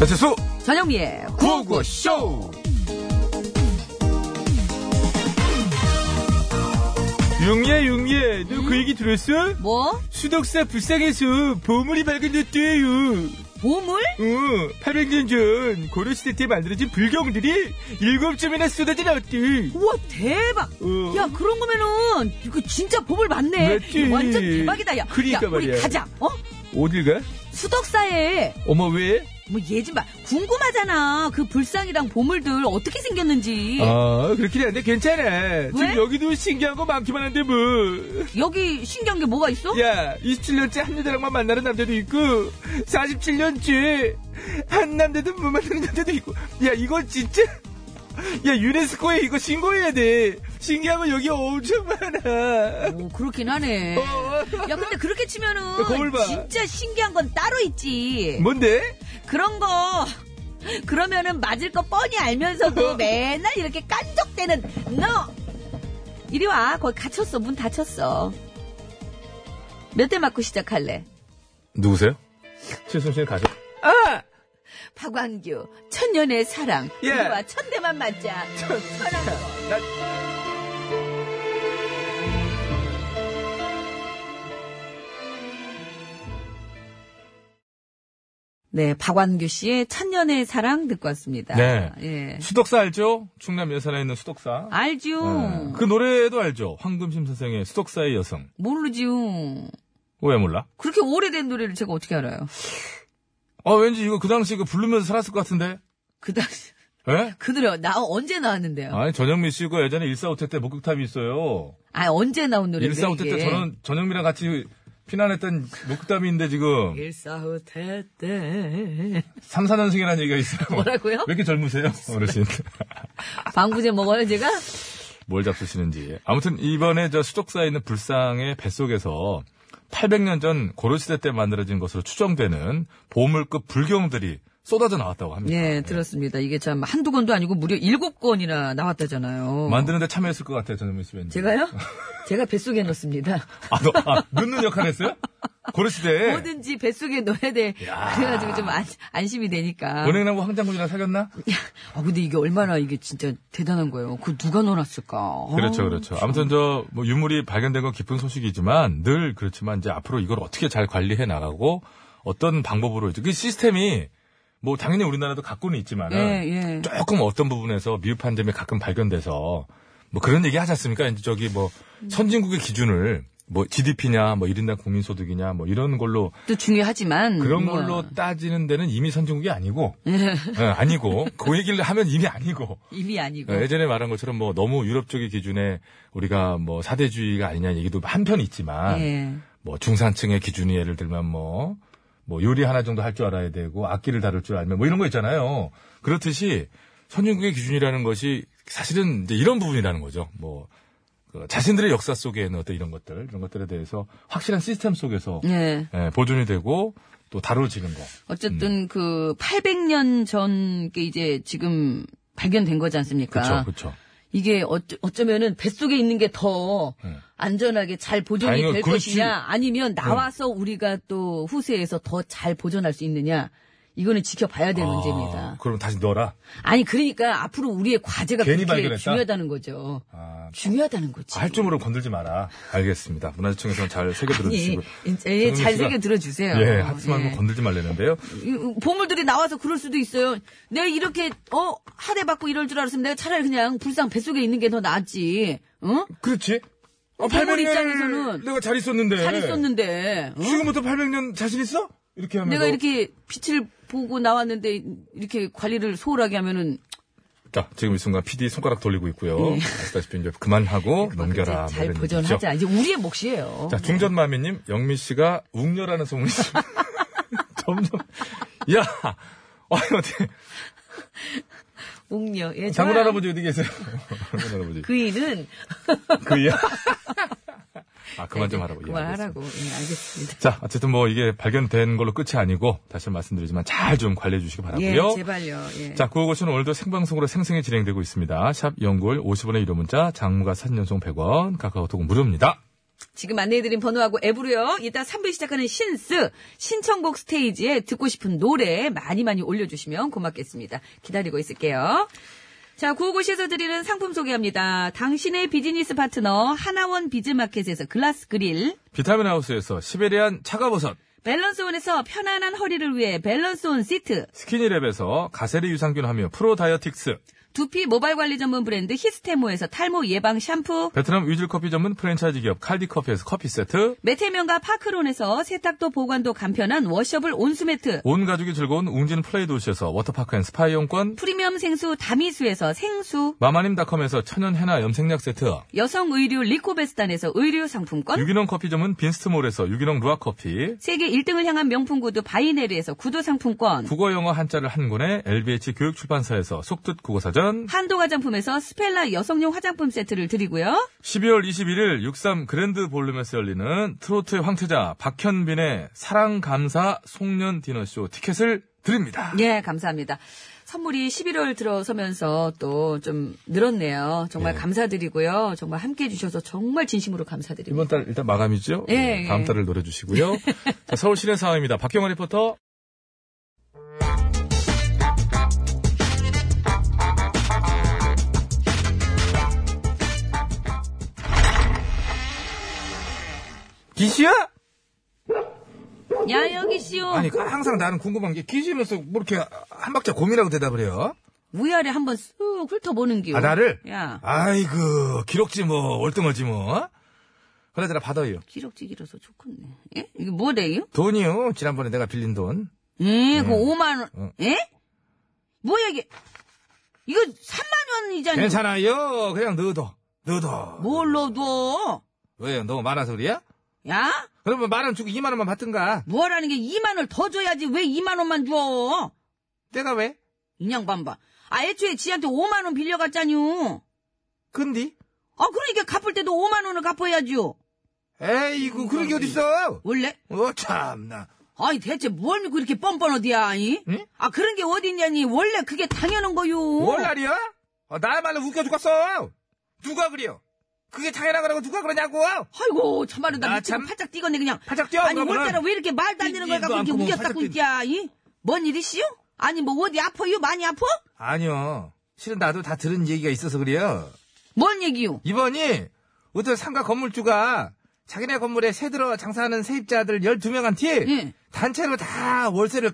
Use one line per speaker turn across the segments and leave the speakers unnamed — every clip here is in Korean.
배치수
전영미의
구호구쇼
용예 용예 너 그 얘기 들었어?
뭐?
수덕사 불쌍해서 보물이 발견됐대요
보물?
어, 800년 전 고려시대 때 만들어진 불경들이 일곱 점이나 쏟아져 나왔대
우와 대박!
어.
야 그런 거면은 이거 진짜 보물 맞네.
맞지.
이거 완전 대박이다 야.
그러니까
야, 우리
말이야.
가자. 어?
어딜 가?
수덕사에
어머 왜?
뭐 예지마 궁금하잖아. 그 불상이랑 보물들 어떻게 생겼는지.
아 그렇긴 한데 괜찮아
예. 왜?
지금 여기도 신기한 거 많기만 한데 뭐
여기 신기한 게 뭐가 있어?
야, 27년째 한 여자랑만 만나는 남자도 있고, 47년째 한 남자도 못 만나는 남자도 있고, 야, 이거 진짜, 야, 유네스코에 이거 신고해야 돼. 신기한 거 여기 엄청 많아.
오, 그렇긴 하네.
어,
야, 근데 그렇게 치면은
야, 거울 봐.
진짜 신기한 건 따로 있지.
뭔데?
그런 거 그러면은 맞을 거 뻔히 알면서도 맨날 이렇게 깐족대는 너 이리 와 거기 갇혔어 문 닫혔어 몇 대 맞고 시작할래
누구세요? 최순실 가수
아!
박완규 천년의 사랑
예.
이리 와 천대만 맞자 천하고
나,
네 박완규 씨의 천년의 사랑 듣고 왔습니다
네.
예.
수덕사 알죠? 충남 여산에 있는 수덕사
알죠
음.
네. 그 노래도 알죠? 황금심 선생의 수덕사의 여성
모르지요
왜 몰라?
그렇게 오래된 노래를 제가 어떻게 알아요
아 왠지 이거 그 당시 그 부르면서 살았을 것 같은데
그 당시
예?
그 노래 나 언제 나왔는데요
아니 전영미 씨가 예전에 일사호텔 때 목격탑이 있어요
아 언제 나온 노래
일사호텔 때 저는 전영미랑 같이 피난했던 목격탑이 있는데 지금
예. 일사호텔 때
3, 4년생이라는 얘기가 있어요
뭐라고요?
왜 이렇게 젊으세요? 어르신
방부제 먹어요 제가
뭘 잡수시는지. 아무튼 이번에 저 수족사에 있는 불상의 뱃속에서 800년 전 고려시대 때 만들어진 것으로 추정되는 보물급 불경들이 쏟아져 나왔다고 합니다.
예 들었습니다 이게 참 한두 건도 아니고 무려 일곱 건이나 나왔다잖아요
만드는데 참여했을 것 같아요, 전현민 씨 왠지.
예. 제가요 제가 뱃속에 넣습니다
아, 너, 아, 넣는 역할 했어요? 고려시대에.
뭐든지 뱃속에 넣어야 돼 그래가지고 좀 안, 안심이 되니까
은행나무 황장군이랑 사귀었나?
아 근데 이게 얼마나 이게 진짜 대단한 거예요 그 누가 넣어놨을까
그렇죠,
아,
그렇죠. 아무튼 저, 뭐, 유물이 발견된 건 기쁜 소식이지만 늘 그렇지만 이제 앞으로 이걸 어떻게 잘 관리해 나가고 어떤 방법으로 이제 그 시스템이 뭐, 당연히 우리나라도 갖고는 있지만 은
예, 예.
조금 어떤 부분에서 미흡한 점이 가끔 발견돼서 뭐 그런 얘기 하지 않습니까? 이제 저기 뭐 선진국의 기준을 뭐 GDP냐 뭐 1인당 국민소득이냐 뭐 이런 걸로
또 중요하지만
그런
뭐,
걸로 따지는 데는 이미 선진국이 아니고 예, 아니고 그 얘기를 하면 이미 아니고
입이 아니고
예, 예전에 말한 것처럼 뭐 너무 유럽 쪽의 기준에 우리가 뭐 사대주의가 아니냐 얘기도 한편 있지만
예.
뭐 중산층의 기준이 예를 들면 뭐, 뭐 요리 하나 정도 할 줄 알아야 되고 악기를 다룰 줄 알면 뭐 이런 거 있잖아요. 그렇듯이 선진국의 기준이라는 것이 사실은 이제 이런 부분이라는 거죠. 뭐, 그 자신들의 역사 속에 있는 어떤 이런 것들, 이런 것들에 대해서 확실한 시스템 속에서
예.
예, 보존이 되고 또 다뤄지는 거.
어쨌든
음.
그 800년 전 게 이제 지금 발견된 거지 않습니까?
그렇죠, 그렇죠.
이게 어쩌, 어쩌면은 뱃속에 있는 게 더
음.
안전하게 잘 보존이
다행히
될
그렇지. 네.
것이냐 아니면 나와서 우리가 또 후세에서 더 잘 보존할 수 있느냐 이거는 지켜봐야
아.
될 문제입니다.
그럼 다시 넣어라.
아니 그러니까 앞으로 우리의 과제가
괜히
그렇게
발견했다?
중요하다는 거죠.
아,
중요하다는 거지.
할 줄으로 건들지 마라. 알겠습니다. 문화재청에서는 잘 새겨
아니,
들어주시고.
이제 잘
씨가-
새겨 들어주세요.
예, 하트만
예.
뭐 건들지 말라는데요.
이- 보물들이 나와서 그럴 수도 있어요. 내가 이렇게 어 하대 받고 이럴 줄 알았으면 내가 차라리 그냥 불상 뱃속에 있는 게 더 낫지. 어?
그렇지. 아,
동물
800년
입장에서는
내가 잘 있었는데.
잘 있었는데. 어?
네. 지금부터 800년 자신 있어? 이렇게 하면
내가 이렇게 빛을 보고 나왔는데 이렇게 관리를 소홀하게 하면은
자, 지금 이 순간 PD 손가락 돌리고 있고요. 아시다시피 이제 그만하고 넘겨라.
예.
뭐
이제 잘
이런 얘기죠.
보존하자. 네. 이제 우리의 몫이에요.
자, 중전마미님, 영미 씨가 웅녀라는 소문이 좀- 점점, 야, 아니, 어떻게,
옥녀. 예,
장군
좋아요.
할아버지 어디 계세요? 장군 할아버지.
그이는 네,
그이야? 아, 그만 좀 하라고. 예, 알겠습니다.
그만하라고. 예, 알겠습니다.
자, 어쨌든 뭐 이게 발견된 걸로 끝이 아니고, 다시 말씀드리지만 잘 좀 관리해 주시기
예,
바라고요
제발요. 예.
자, 구호고쇼는 오늘도 생방송으로 생생히 진행되고 있습니다. 샵 연골 50원의 유료 문자, 장무가 3년송 100원, 카카오톡 무료입니다.
지금 안내해드린 번호하고 앱으로요. 이따 3부 시작하는 신스 신청곡 스테이지에 듣고 싶은 노래 많이 많이 올려주시면 고맙겠습니다. 기다리고 있을게요. 자, 구호고시에서 드리는 상품 소개합니다. 당신의 비즈니스 파트너 하나원 비즈마켓에서 글라스 그릴,
비타민 하우스에서 시베리안 차가버섯,
밸런스온에서 편안한 허리를 위해 밸런스온 시트,
스키니랩에서 가세리 유산균 하며 프로 다이어틱스,
두피 모발 관리 전문 브랜드 히스테모에서 탈모 예방 샴푸,
베트남 위즐 커피 전문 프랜차이즈 기업 칼디 커피에서 커피 세트,
메테면과 파크론에서 세탁도 보관도 간편한 워셔블 온수매트,
온 가족이 즐거운 웅진 플레이 도시에서 워터파크 앤 스파 이용권,
프리미엄 생수 다미수에서 생수,
마마님닷컴에서 천연 해나 염색약 세트,
여성 의류 리코베스탄에서 의류 상품권,
유기농 커피 전문 빈스트몰에서 유기농 루아 커피,
세계 1등을 향한 명품 구두 바이네르에서 구두 상품권,
국어 영어 한자를 한 권에 LBH 교육 출판사에서 속뜻 국어사전,
한도 화장품에서 스펠라 여성용 화장품 세트를 드리고요.
12월 21일 63 그랜드 볼룸에서 열리는 트로트의 황태자 박현빈의 사랑 감사 송년 디너쇼 티켓을 드립니다.
예, 감사합니다. 선물이 11월 들어서면서 또 좀 늘었네요. 정말
예.
감사드리고요. 정말 함께 해주셔서 정말 진심으로 감사드립니다.
이번 달 일단 마감이죠?
예,
예,
예.
다음 달을 노래 주시고요. 자, 서울 시내 상황입니다. 박경화 리포터.
기시야?
어. 야, 여기 씨요.
아니, 그 항상 나는 궁금한 게 퀴즈면서 뭐 이렇게 한 박자 고민하고 대답을 해요.
위아래 한번 쑥 훑어보는 기운.
아, 나를?
야,
아이고, 기록지 뭐, 월등하지 뭐. 그러더라, 받아요.
기럭지 길어서 좋겠네. 예? 이게 뭐래요?
돈이요. 지난번에 내가 빌린 돈.
예,
음.
그거 5만원.
응.
예? 뭐야, 이게. 이거 3만원이잖아.
괜찮아요. 그냥 넣어둬. 넣어둬.
뭘로 둬?
왜요? 너무 많아서 그래요?
야?
그러면 만 원 주고 2만 원만 받든가.
뭐라는 게 2만원을 더 줘야지 왜 2만원만 줘?
내가 왜?
인양 반봐. 아, 애초에 지한테 5만원 빌려갔잖요.
근디?
아, 그러니까 갚을 때도 5만원을 갚아야죠.
에이구, 그런 게 어딨어?
원래?
어, 참나.
아니, 대체 뭘 믿고 이렇게 뻔뻔어디야, 아니?
응?
아, 그런 게 어딨냐니. 원래 그게 당연한 거요.
월날이야? 어, 나야말로 웃겨 죽었어. 누가 그래요? 그게 당연한 거라고 누가 그러냐고.
아이고, 참말로 나
나
미치고
참-
파짝 뛰겠네, 그냥.
바짝 뛰어,
아니,
그러면은.
월세라 왜 이렇게 말도 안 되는
이-
걸 갖고
이거
이렇게
안고 뭐
우겼다고
바짝 뛰-
있냐, 이? 뭔 일이시요? 아니, 뭐, 어디 아파요? 많이 아파?
아니요. 실은 나도 다 들은 얘기가 있어서 그래요.
뭔 얘기요?
이번이 어떤 상가 건물주가 자기네 건물에 새 들어 장사하는 세입자들 12명한테
예.
단체로 다 월세를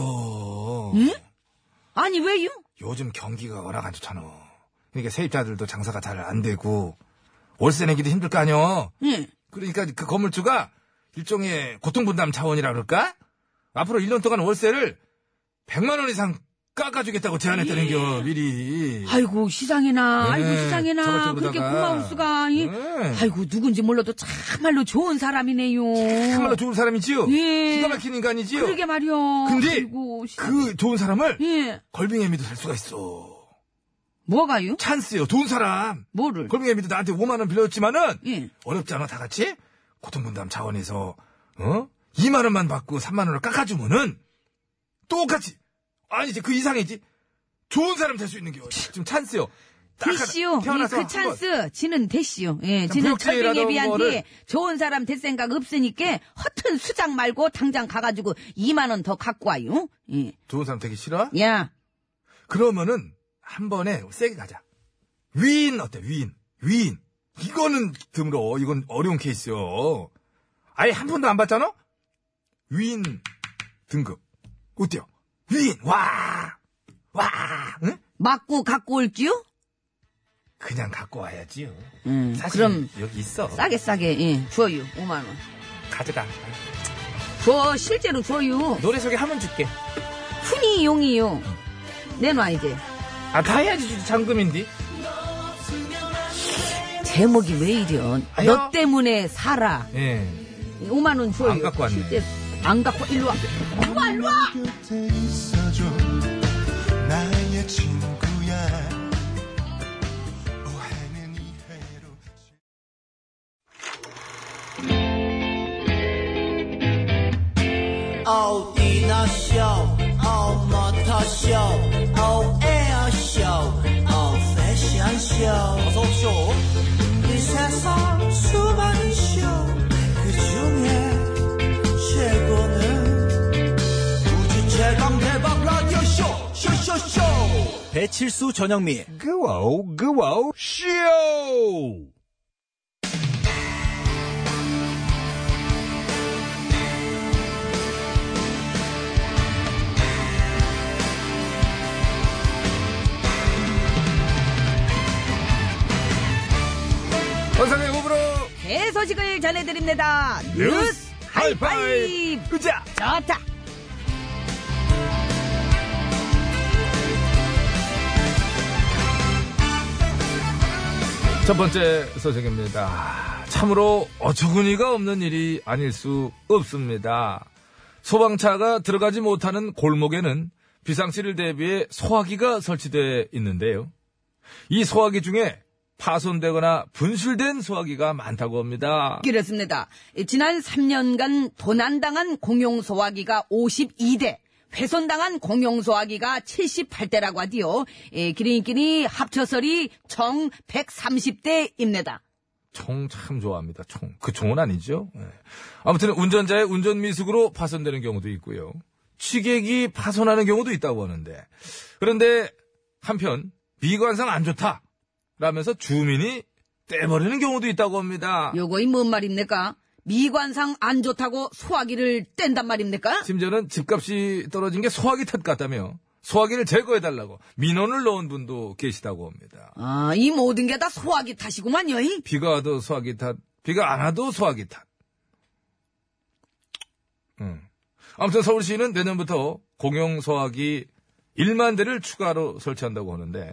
깎아줬다는겨.
응? 아니, 왜요?
요즘 경기가 워낙 안 좋잖아. 그러니까 세입자들도 장사가 잘 안 되고 월세 내기도 힘들 거 아니여.
예.
그러니까 그 건물주가 일종의 고통분담 차원이라 그럴까? 앞으로 1년 동안 월세를 100만 원 이상 깎아주겠다고 제안했다는겨 미리.
아이고, 시상에나.
네,
아이고, 시상에나. 그렇게
저쪽으로다가.
고마울 수가. 이.
네.
아이고, 누군지 몰라도 참말로 좋은 사람이네요.
정말로 좋은 사람이지요.
예.
기가 막힌 인간이지요.
그러게 말이요.
근데
아이고, 시상-
그 좋은 사람을
예.
걸빙애미도 살 수가 있어.
뭐가요?
찬스요. 좋은 사람.
뭐를?
걸빙애미도 나한테 5만 원 빌려줬지만은
예.
어렵지 않아 다 같이 고통분담 차원에서 어? 2만 원만 받고 3만 원을 깎아주면은 똑같이 아니지 그 이상이지 좋은 사람 될 수 있는 게 지금 찬스요. 딱 하나
대시오. 이
태어나서
그
한 번.
찬스, 지는 대시오. 예,
자,
지는
무역지라는
철빙에 비한
거를-
뒤 좋은 사람 될 생각 없으니까 허튼 수작 말고 당장 가가지고 2만원 더 갖고 와요. 예.
좋은 사람 되기 싫어?
야,
그러면은 한 번에 세게 가자. 위인 어때? 위인. 위인. 이거는 드물어. 이건 어려운 케이스요. 아예 한 번도 안 봤잖아? 위인 등급. 어때요? 위인. 와. 와. 응?
맞고 갖고 올지요?
그냥 갖고 와야지요.
음,
사실
그럼
여기 있어.
싸게 싸게, 예, 줘요. 5만원.
가져가.
줘, 실제로 줘요.
노래 소개 하면 줄게.
훈이 용이요. 내놔, 이제.
아, 가야지 주지, 잠금인데.
제목이 왜 이려.
아니요.
너 때문에 살아.
예.
5만원 줘요.
안 갖고 왔네.
실제로. 안 갖고, 일로 와. 엄마, 일로 와!
곁에 있어줘 나의 친구야 오해는 이해로
Oh, Dina Show. Oh, Motor Show. Oh, Air Show. Oh, Fashion Show. 어서 오쇼. 이 세상 수많은 쇼그 중에 최고는 우주 최강 대박 라디오 쇼 쇼쇼쇼 배칠수 전영미
그와우 그와우 쇼 원상의 호불호
새 소식을 전해드립니다.
뉴스
뉴스
하이파이브.
하이파이브.
그자
좋다.
첫 번째 소식입니다. 참으로 어처구니가 없는 일이 아닐 수 없습니다. 소방차가 들어가지 못하는 골목에는 비상시를 대비해 소화기가 설치되어 있는데요. 이 소화기 중에 파손되거나 분실된 소화기가 많다고 합니다.
그렇습니다. 지난 3년간 도난당한 공용소화기가 52대, 훼손당한 공용소화기가 78대라고 하디요. 예, 기린끼리 합쳐설이 정 130대입니다.
총 참 좋아합니다. 총. 그 총은 아니죠. 예. 아무튼 운전자의 운전 미숙으로 파손되는 경우도 있고요. 취객이 파손하는 경우도 있다고 하는데. 그런데 한편 미관상 안 좋다. 라면서 주민이 떼버리는 경우도 있다고 합니다.
요거이 뭔 말입니까? 미관상 안 좋다고 소화기를 뗀단 말입니까?
심지어는 집값이 떨어진 게 소화기 탓 같다며 소화기를 제거해달라고 민원을 넣은 분도 계시다고 합니다.
아, 이 모든 게 다 소화기 탓이구만요. 이.
비가 와도 소화기 탓, 비가 안 와도 소화기 탓. 음. 아무튼 서울시는 내년부터 공용 소화기 1만 대를 추가로 설치한다고 하는데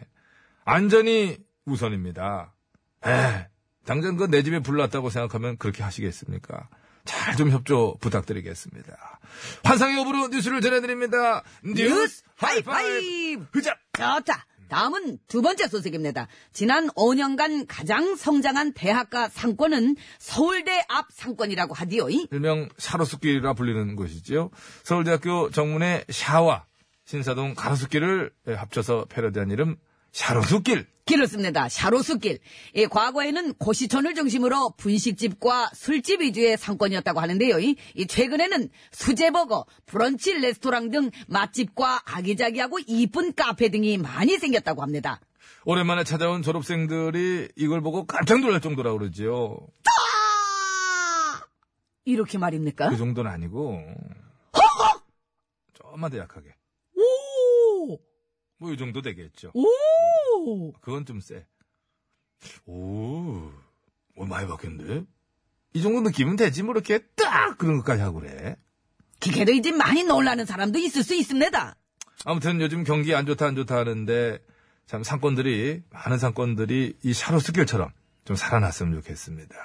안전이 우선입니다. 에, 당장 그 내 집에 불났다고 생각하면 그렇게 하시겠습니까? 잘 좀 협조 부탁드리겠습니다. 환상의 오브로 뉴스를 전해드립니다. 뉴스 하이파이브! 흐자!
좋다. 다음은 두 번째 소식입니다. 지난 5년간 가장 성장한 대학가 상권은 서울대 앞 상권이라고 하디요. 이.
일명 샤로수길이라 불리는 곳이지요. 서울대학교 정문의 샤와 신사동 가로수길을 예, 합쳐서 패러디한 이름 샤로수길.
그렇습니다. 샤로수길. 예, 과거에는 고시촌을 중심으로 분식집과 술집 위주의 상권이었다고 하는데요. 이, 이 최근에는 수제버거, 브런치 레스토랑 등 맛집과 아기자기하고 이쁜 카페 등이 많이 생겼다고 합니다.
오랜만에 찾아온 졸업생들이 이걸 보고 깜짝 놀랄 정도라고 그러지요.
이렇게 말입니까?
그 정도는 아니고 좀만 더 약하게.
오!
뭐 이 정도 되겠죠.
오!
그건 좀 세. 오, 오 많이 바뀌었는데? 이 정도 느낌은 되지 뭐 이렇게 딱 그런 것까지 하고 그래.
기계로 이제 많이 놀라는 사람도 있을 수 있습니다.
아무튼 요즘 경기 안 좋다 안 좋다 하는데 참 상권들이 많은 상권들이 이 샤로 숲길처럼 좀 살아났으면 좋겠습니다.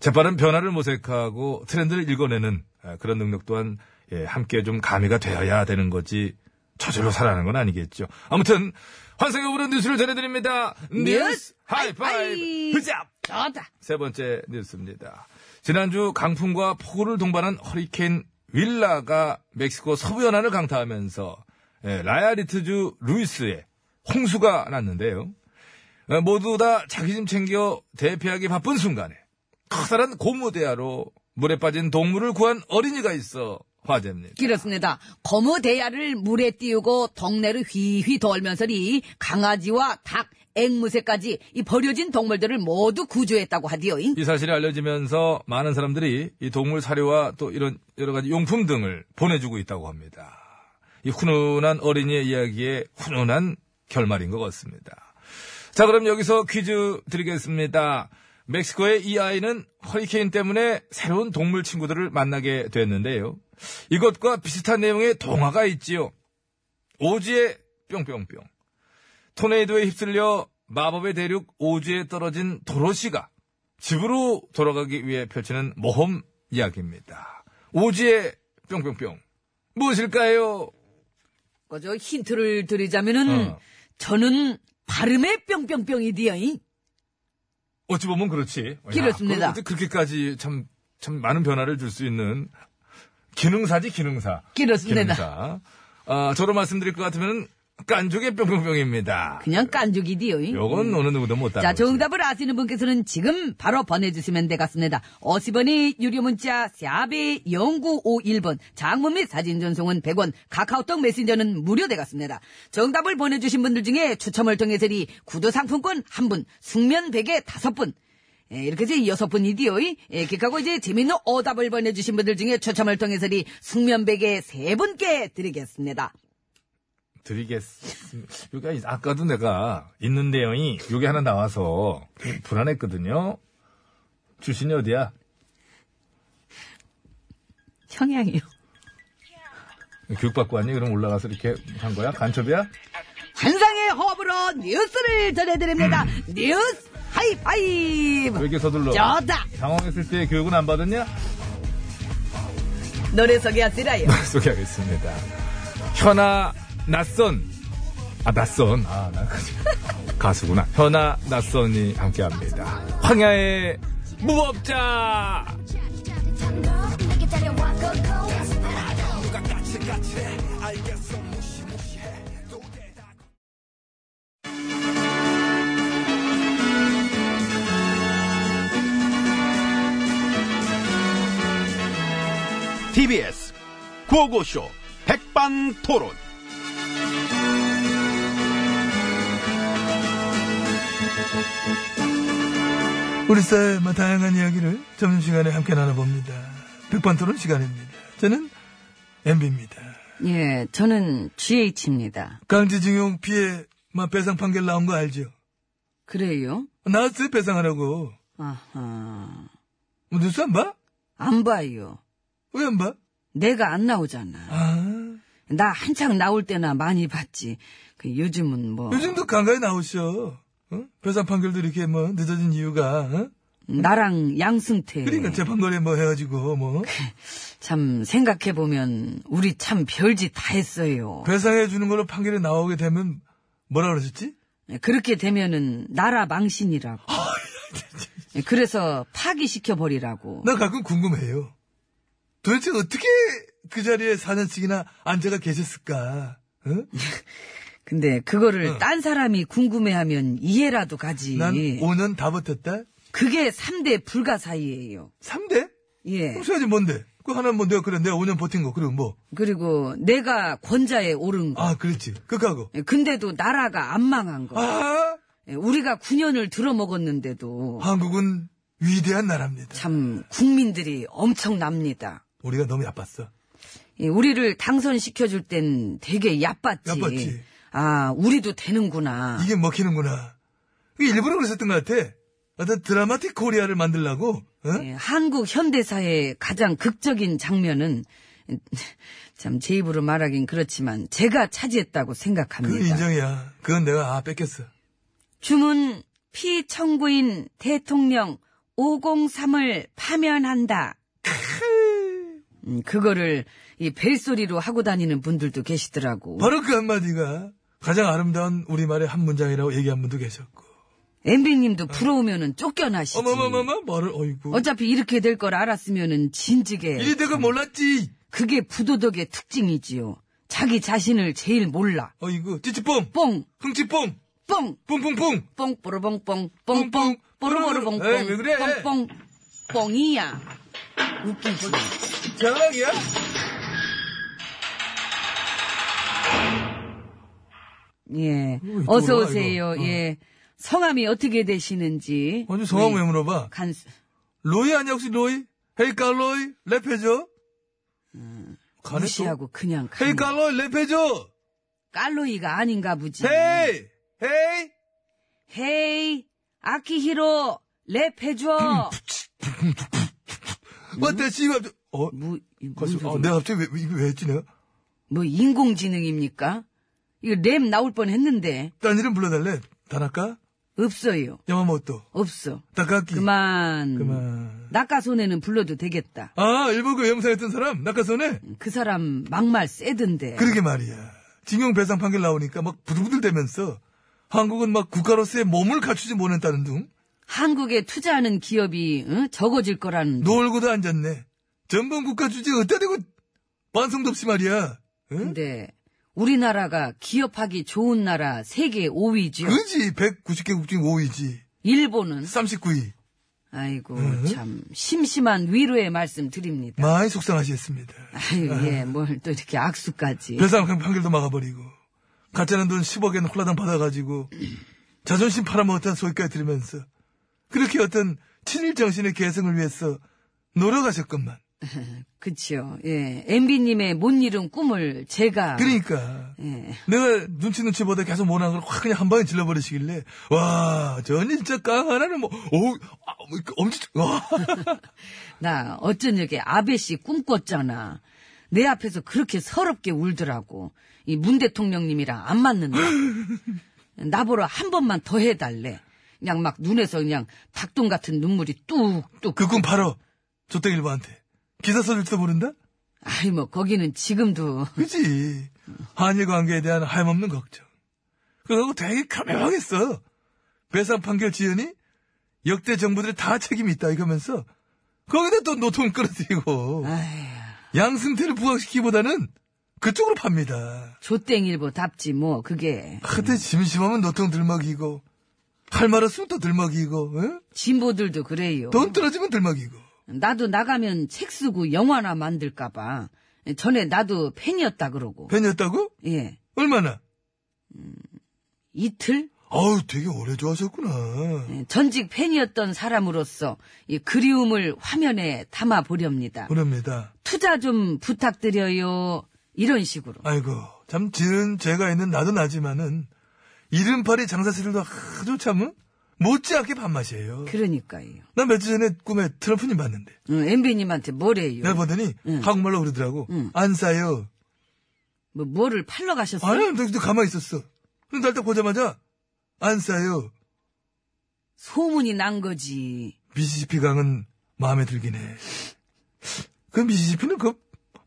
재빠른 변화를 모색하고 트렌드를 읽어내는 아, 그런 능력 또한 예, 함께 좀 가미가 되어야 되는 거지 저절로 살아나는 건 아니겠죠. 아무튼 환상의 오른 뉴스를 전해드립니다. 뉴스
뉴스
하이파이브
하이파이브.
흐잡!
좋다.
세 번째 뉴스입니다. 지난주 강풍과 폭우를 동반한 허리케인 윌라가 멕시코 서부 연안을 강타하면서 예, 라야리트주 루이스에 홍수가 났는데요. 예, 모두 다 자기 짐 챙겨 대피하기 바쁜 순간에 커다란 고무대야로 물에 빠진 동물을 구한 어린이가 있어 화제입니다.
그렇습니다. 거무 대야를 물에 띄우고 덕내를 휘휘 돌면서리 강아지와 닭, 앵무새까지 이 버려진 동물들을 모두 구조했다고 하디요.
이 사실이 알려지면서 많은 사람들이 이 동물 사료와 또 이런 여러 가지 용품 등을 보내주고 있다고 합니다. 이 훈훈한 어린이의 이야기에 훈훈한 결말인 것 같습니다. 자, 그럼 여기서 퀴즈 드리겠습니다. 멕시코의 이 아이는 허리케인 때문에 새로운 동물 친구들을 만나게 됐는데요. 이것과 비슷한 내용의 동화가 있지요. 오지의 뿅뿅뿅. 토네이도에 휩쓸려 마법의 대륙 오지에 떨어진 도로시가 집으로 돌아가기 위해 펼치는 모험 이야기입니다. 오지의 뿅뿅뿅. 무엇일까요?
그저 힌트를 드리자면은
어.
저는 발음의 뿅뿅뿅이디요.
어찌 보면 그렇지. 야,
그렇습니다.
그걸 그렇게까지 참, 참 많은 변화를 줄 수 있는 기능사지, 기능사.
그렇습니다.
기능사. 아, 저로 말씀드릴 것 같으면 깐족의 뿅뿅뿅입니다.
그냥 깐죽이디요. 잉?
요건 어느 누구도 못 따라.
자, 정답을 아시는 분께서는 지금 바로 보내주시면 되겠습니다. 50원이 유료 문자, 샵이 0951번, 장문 및 사진 전송은 100원, 카카오톡 메신저는 무료 되겠습니다. 정답을 보내주신 분들 중에 추첨을 통해서 이 구두 상품권 한분 숙면 베개 다섯 분 예, 이렇게 이제 여섯 분이디요. 이. 예, 이렇게 하고 이제 재밌는 오답을 보내주신 분들 중에 추첨을 통해서 이 숙면 베개 세 분께 드리겠습니다.
드리겠습니다. 요게 아까도 내가 있는 내용이 요게 하나 나와서 불안했거든요. 출신이 어디야?
청양이요.
교육받고 왔니? 그럼 올라가서 이렇게 한 거야? 간첩이야?
환상의 호흡으로 뉴스를 전해드립니다. 뉴스 하이파이브.
왜 이렇게 서둘러?
저다
당황했을 때 교육은 안 받았냐?
노래 소개하시라요.
소개하겠습니다. 현아 낯선 아 낯선 아 나- 가수구나 현아 낯선이 함께합니다. 황야의 무법자
내게 데려와 go go
TBS 구호고쇼 백반토론.
우리 사회의 다양한 이야기를 점심시간에 함께 나눠봅니다. 백반토론 시간입니다. 저는 MB입니다.
예, 저는 GH입니다.
강제징용 피해 막 배상 판결 나온 거 알죠?
그래요?
나왔어요 배상하라고.
아하.
뭐 뉴스 안 봐?
안 봐요.
왜 안 봐?
내가 안 나오잖아.
아
나 한창 나올 때나 많이 봤지. 그 요즘은 뭐
요즘도 간간히 나오셔. 어? 배상 판결도 이렇게 뭐 늦어진 이유가 어?
나랑 양승태
그러니까 재판거래 뭐 해가지고 뭐
참 생각해 보면 우리 참 별짓 다 했어요.
배상해 주는 걸로 판결이 나오게 되면 뭐라 그러셨지?
예, 그렇게 되면은 나라 망신이라고. 예, 그래서 파기시켜 버리라고.
나 가끔 궁금해요. 도대체 어떻게 그 자리에 4년씩이나 앉아가 계셨을까? 응?
네. 근데 그거를 딴 사람이 궁금해하면 이해라도 가지.
난 5년 다 버텼다?
그게 3대 불가사의예요.
3대?
예.
혹시야지 뭔데? 그 하나 뭐 내가 그래, 내가 5년 버틴 거, 그리고 뭐.
그리고 내가 권자에 오른 거.
아, 그렇지. 극하고.
예, 근데도 나라가 안 망한 거.
아!
예, 우리가 9년을 들어먹었는데도
한국은 위대한 나라입니다.
참 국민들이 엄청납니다.
우리가 너무 야빴어.
예, 우리를 당선시켜줄 땐 되게 얕봤지.
얕봤지.
아, 우리도 되는구나.
이게 먹히는구나. 이게 일부러 그랬었던 것 같아. 어떤 드라마틱 코리아를 만들려고, 응?
예, 한국 현대사의 가장 극적인 장면은 참 제 입으로 말하긴 그렇지만 제가 차지했다고
그건
생각합니다.
인정이야. 그건 내가, 아, 뺏겼어.
주문 피청구인 대통령 503을 파면한다. 음, 그거를 이 벨소리로 하고 다니는 분들도 계시더라고.
바로 그 한마디가 가장 아름다운 우리말의 한 문장이라고 얘기한 분도 계셨고.
엠비님도 부러우면은 쫓겨나시지.
어? 어머머머머, 뭐를, 어이구.
어차피 이렇게 될 걸 알았으면은 진즉에
이리 내가 몰랐지.
그게 부도덕의 특징이지요. 자기 자신을 제일 몰라.
어이구, 찌찌뽕,
뽕,
흥치뽕,
뽕,
뿡뿡뿡.
뽕, 뽀로봉뽕, 뽕뽕, 뽀로보로봉뽕,
에이, 왜 그래?
뽕뽕, 뽕이야. 웃기지.
장난이야?
예.
이거 이거
어서
뭐야,
오세요.
이거? 어.
예. 성함이 어떻게 되시는지.
먼저 성함 왜 물어봐?
간
로이 아니야, 혹시 로이? 헤이 칼로이, 랩해줘? 가네, 또?
음, 무시하고 그냥 가.
헤이 칼로이, 랩해줘!
깔로이가 아닌가 보지.
헤이! 헤이!
헤이, 아키히로 랩 해줘.
어때, 씨발. 저- 어?
뭐, 이 음? 무슨
가수, 아,
소리야?
내가 갑자기 왜, 왜- 이거 왜 했지, 내가?
뭐 인공지능입니까? 이거 랩 나올 뻔했는데
딴 이름 불러달래. 다나까?
없어요.
야마모토.
없어.
다카키.
그만.
네. 그만.
낙가손에는 불러도 되겠다.
아, 일본 그 영사였던 사람? 낙하선에?
그 사람 막말 세던데.
그러게 말이야. 징용 배상 판결 나오니까 막 부들부들 대면서 한국은 막 국가로서의 몸을 갖추지 못했다는 둥.
한국에 투자하는 기업이 응? 적어질 거라는.
놀고도 앉았네. 전범 국가 주제 어디다 대고 반성도 없이 말이야. 응?
근데 우리나라가 기업하기 좋은 나라 세계 5위죠.
그지 190개국 중 5위지.
일본은
39위.
아이고 참 심심한 위로의 말씀 드립니다.
많이 속상하시겠습니다.
아유 예 뭘 또 이렇게 악수까지.
배상금 판결도 막아버리고 가짜는 돈 10억엔 홀라당 받아가지고 자존심 팔아먹었다는 소리까지 들으면서 그렇게 어떤 친일 정신의 계승을 위해서 노력하셨건만
그치요. 예 MB님의 못 이룬 꿈을 제가.
그러니까
예.
내가 눈치 눈치 보다 계속 못한 걸 확 그냥 한 방에 질러버리시길래 와 저는 진짜 깡 하나는 뭐오 엄지 와
나 어쩐역에 아베 씨 꿈꿨잖아. 내 앞에서 그렇게 서럽게 울더라고. 이 문 대통령님이랑 안 맞는다. 나보러 한 번만 더 해달래. 그냥 막 눈에서 그냥 닭똥 같은 눈물이 뚝뚝.
그 꿈 바로 조땡일보한테 기사 써줄지도 모른다?
아이 뭐 거기는 지금도
그지 한일 관계에 대한 하염없는 걱정 그거 되게 감명하겠어 배상 판결 지연이 역대 정부들이 다 책임이 있다 이러면서 거기다 또 노통을 끌어들이고
아휴,
양승태를 부각시키기보다는 그쪽으로 팝니다
조땡일보 답지 뭐 그게
하여튼 심심하면 노통 들먹이고 할 말 없으면 또 들먹이고 응?
진보들도 그래요.
돈 떨어지면 들먹이고
나도 나가면 책 쓰고 영화나 만들까봐 전에 나도 팬이었다 그러고
팬이었다고?
예
얼마나?
이틀
아우 되게 오래 좋아하셨구나
예, 전직 팬이었던 사람으로서 이 그리움을 화면에 담아 보렵니다.
그럽니다
투자 좀 부탁드려요. 이런 식으로.
아이고, 참, 지은 죄가 있는 나도 나지만은, 이른팔이 장사스릴도 아주 참, 응? 못지않게 밥맛이에요.
그러니까요. 어,
나 며칠 전에 꿈에 트럼프님 봤는데,
엠비님한테 뭐래요?
내가 보더니,
응.
한국말로 그러더라고.
응.
안 싸요.
뭐 뭐를 팔러 가셨어요?
아니, 나 그때 가만히 있었어. 근데 날딱 보자마자, 안 싸요.
소문이 난 거지.
미시시피 강은 마음에 들긴 해. 그 미시시피는 그,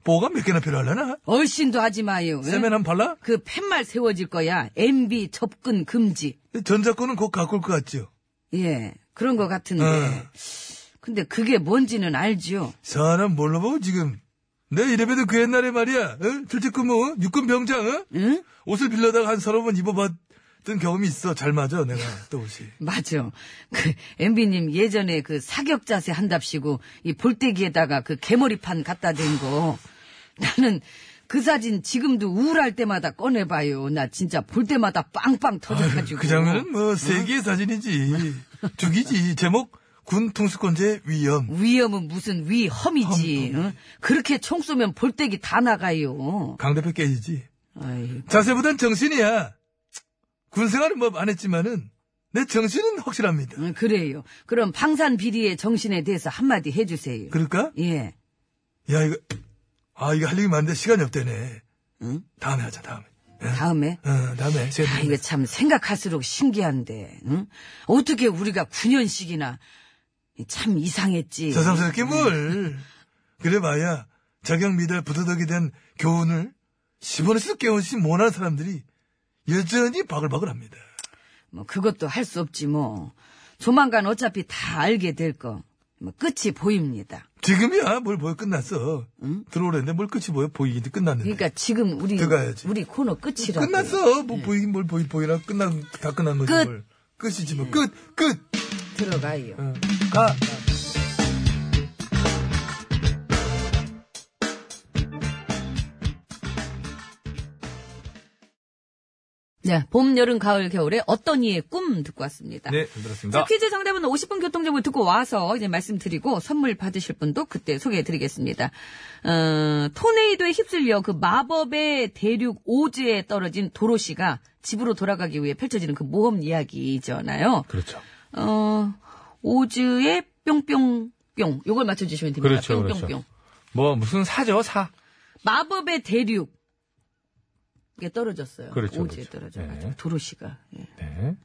뭐가 몇 개나 필요하려나?
얼씬도 하지 마요. 예?
세면 한 발라?
그 팻말 세워질 거야. MB 접근 금지.
전자권은 곧 갖고 올 것 같죠?
예. 그런 거 같은데.
응.
근데 그게 뭔지는 알죠.
사람 뭘로 보고 지금 내 이래봬도 그 옛날에 말이야 어? 출퇴근무 육군병장 어?
응?
옷을 빌려다가 한 서너 번 입어봤던 경험이 있어 잘 맞아 내가 또 옷이
맞아. 그 MB님 예전에 그 사격 자세 한답시고 이 볼때기에다가 그 개머리판 갖다 댄 거. 나는 그 사진 지금도 우울할 때마다 꺼내봐요. 나 진짜 볼 때마다 빵빵 터져가지고.
그 장면은 뭐 세계의 사진이지 죽이지 제목 군 통수권제 위험
위험은 무슨 위험이지. 응? 그렇게 총 쏘면 볼때기 다 나가요.
강 대표 깨지지
아이,
자세보단 정신이야 군생활은 뭐 안 했지만은 내 정신은 확실합니다
응, 그래요. 그럼 방산 비리의 정신에 대해서 한마디 해주세요.
그럴까?
예.
그러니까? 야 이거 아 이거 할 얘기 많은데 시간이 없대네
응?
다음에 하자 다음에
다음에.
어 다음에 시간
아, 이거 참 생각할수록 신기한데, 응? 어떻게 우리가 9년씩이나 참 이상했지.
새삼스럽게 뭘. 그래봐야 자격 미달 부도덕이 된 교훈을 10원에서 깨우지 못하는 사람들이 여전히 바글바글합니다.
뭐 그것도 할 수 없지 뭐. 조만간 어차피 다 알게 될 거. 뭐 끝이 보입니다.
지금이야 뭘 보여 끝났어. 들어오랬는데 뭘 끝이 보여 보이긴 끝났는데.
그러니까 지금 우리
네. 들어가야지.
우리 코너 끝이라고.
끝났어. 뭐 보이긴 뭘 보이 보이나 끝나 다 끝난 거지
예. 끝.
뭘. 끝이지 뭐 끝 끝.
들어가요.
어, 가.
자, 봄, 여름, 가을, 겨울에 어떤 이의 꿈 듣고 왔습니다.
네,
자,
들었습니다.
퀴즈 정답은 50분 교통정보 듣고 와서 이제 말씀드리고 선물 받으실 분도 그때 소개해드리겠습니다. 어, 토네이도에 휩쓸려 그 마법의 대륙 오즈에 떨어진 도로시가 집으로 돌아가기 위해 펼쳐지는 그 모험 이야기잖아요.
그렇죠.
어, 오즈의 뿅뿅뿅. 요걸 맞춰주시면 됩니다.
그렇죠,
뿅뿅뿅.
그렇죠. 뭐 무슨 사죠, 사.
마법의 대륙. 이게 떨어졌어요.
그렇죠,
오즈에
그렇죠.
떨어져가지고.
네.
도로시가. 예.
네.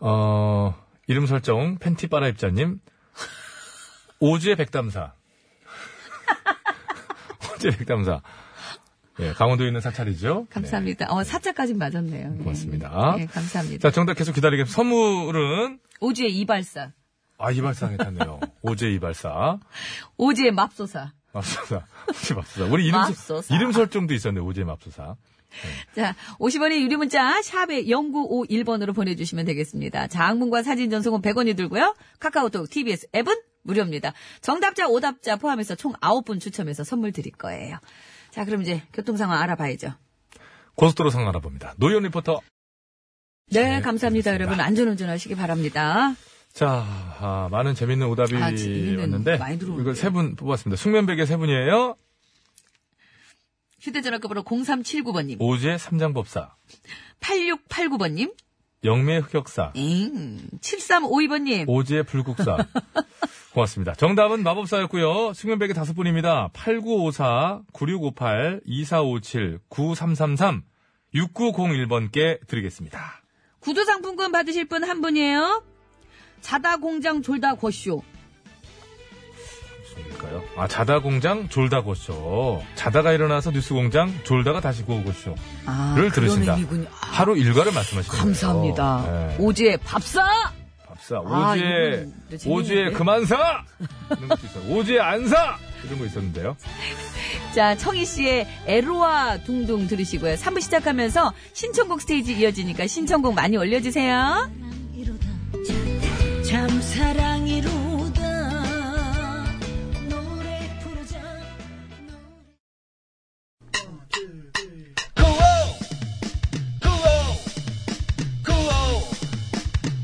어, 이름 설정 팬티 빨아 입자님. 오즈의 백담사. 오즈의 백담사. 예, 강원도에 있는 사찰이죠.
감사합니다. 어, 사자까지 맞았네요.
네,
네.
고맙습니다.
예, 감사합니다.
자, 정답 계속 기다리겠습니다. 선물은
오즈의 이발사.
아, 이발사 괜찮네요. 오즈의 이발사.
오즈의 맙소사.
맙소사. 오지 맙소사. 우리 이름, 설-
맙소사.
이름 설정도 있었네, 오지 맙소사.
자, 50원의 유료 문자 샵에 0951번으로 보내주시면 되겠습니다. 장문과 사진 전송은 100원이 들고요. 카카오톡, TBS 앱은 무료입니다. 정답자, 오답자 포함해서 총 9분 추첨해서 선물 드릴 거예요. 자, 그럼 이제 교통 상황 알아봐야죠.
고속도로 상황 알아봅니다. 노현 리포터.
네, 감사합니다.
알겠습니다.
여러분 안전운전 하시기 바랍니다.
자, 아, 많은 재밌는 오답이
아, 재밌는
왔는데,
많이 들어오는데.
이걸 세 분 뽑았습니다. 숙면백의 세 분이에요.
휴대전화 끝번호 0379번님,
오지의 삼장법사,
8689번님,
영미의 흑역사,
잉, 7352번님,
오지의 불국사. 고맙습니다. 정답은 마법사였고요. 숙면백의 다섯 분입니다. 8954, 9658, 2457, 9333, 6901번께 드리겠습니다.
구두상품권 받으실 분 한 분이에요. 자다 공장 졸다 고쇼.
일까요? 아 자다 공장 졸다 고쇼 자다가 일어나서 뉴스 공장 졸다가 다시 고고쇼를
아,
들으신다.
그런 의미군요. 아,
하루 일과를 말씀하시는 거예요.
감사합니다.
네.
오지의 밥사!
밥사
아,
오지의
이건 근데
오지의
재밌는데?
그만사 이런 것도 있어요. 오지의 안사 이런 거 있었는데요.
자, 청희 씨의 에로아 둥둥 들으시고요. 3부 시작하면서 신청곡 스테이지 이어지니까 신청곡 많이 올려주세요.
참 사랑이로다 노래 부르자 구호 구호 구호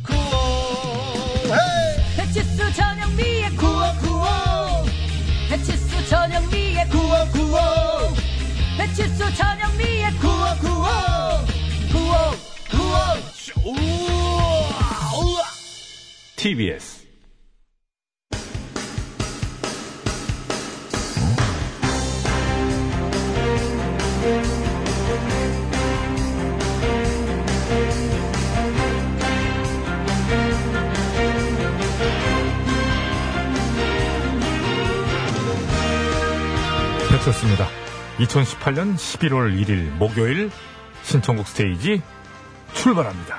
구호 헤이!
배치수 전영미의
구호 구호
배치수 전영미의
구호 구호
배치수 전영미의
구호 구호 구호 구호 쇼! 우와! 우와!
TBS 배쳤습니다. 2018년 11월 1일 목요일 신청곡 스테이지 출발합니다.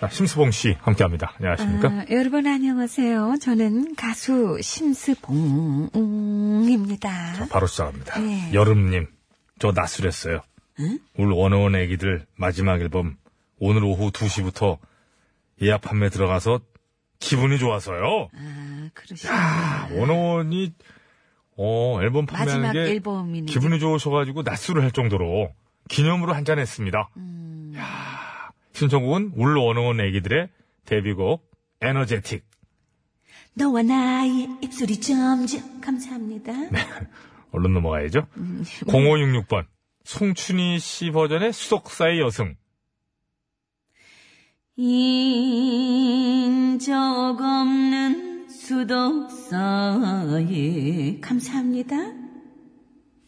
자, 심수봉 씨 함께합니다. 안녕하십니까?
아, 여러분 안녕하세요. 저는 가수 심스봉입니다.
바로 시작합니다.
네.
여름님, 저 나술했어요. 올 원어원 애기들 마지막 앨범 오늘 오후 2시부터 예약 판매 들어가서 기분이 좋아서요.
아, 그러시
원어원이 어 앨범 판매하는
마지막
게
앨범이네.
기분이 좋으셔가지고 낮술을 할 정도로 기념으로 한잔 했습니다. 이야, 신청곡은 울 원어원 애기들의 데뷔곡 에너제틱.
너와 나의 입술이 점점 감사합니다.
얼른 넘어가야죠. 0566번. 송춘희 씨 버전의 수석사의 여승.
인적 없는 수독사에 감사합니다.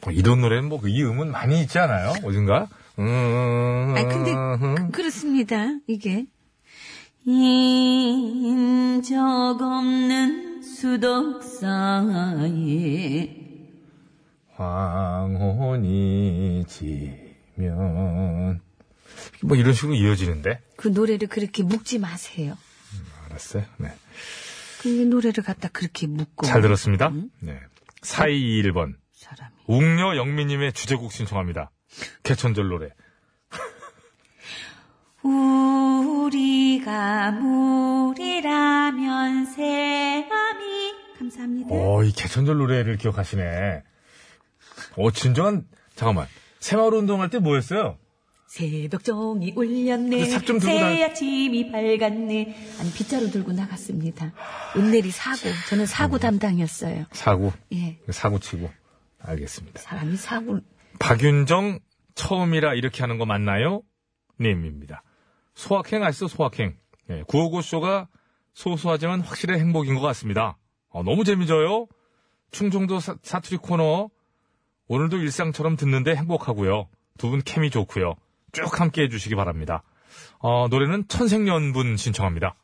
뭐 이런 노래는 뭐 이 음은 많이 있지 않아요? 어딘가? 음.
아니, 근데 그렇습니다. 이게 인적 없는 수독사에
황혼이 지면 뭐 이런 식으로 이어지는데.
그 노래를 그렇게 묶지 마세요.
알았어요. 네.
그 노래를 갖다 그렇게 묶고.
잘 들었습니다.
음.
네. 421번.
그
사람이.
웅녀 영미님의 주제곡 신청합니다. 개천절 노래.
네. 우리가 물이라면 새함이 감사합니다.
어, 이 개천절 노래를 기억하시네. 어, 진정한, 잠깐만. 새마을 운동할 때 뭐였어요?
새벽종이 울렸네.
그삽좀 들고
새
나-
아침이 밝았네. 아니 빗자루 들고 나갔습니다. 은내리 사고. 저는
음.
사고 담당이었어요.
사고.
예.
사고 치고. 알겠습니다.
사람이 사고.
박윤정, 처음이라 이렇게 하는 거 맞나요? 님입니다. 소확행 아시죠? 소확행. 예, 구호고쇼가 소소하지만 확실히 행복인 것 같습니다. 어, 너무 재미져요. 충청도 사, 사투리 코너. 오늘도 일상처럼 듣는데 행복하고요. 두 분 케미 좋고요. 쭉 함께 해주시기 바랍니다. 어, 노래는 천생연분 신청합니다.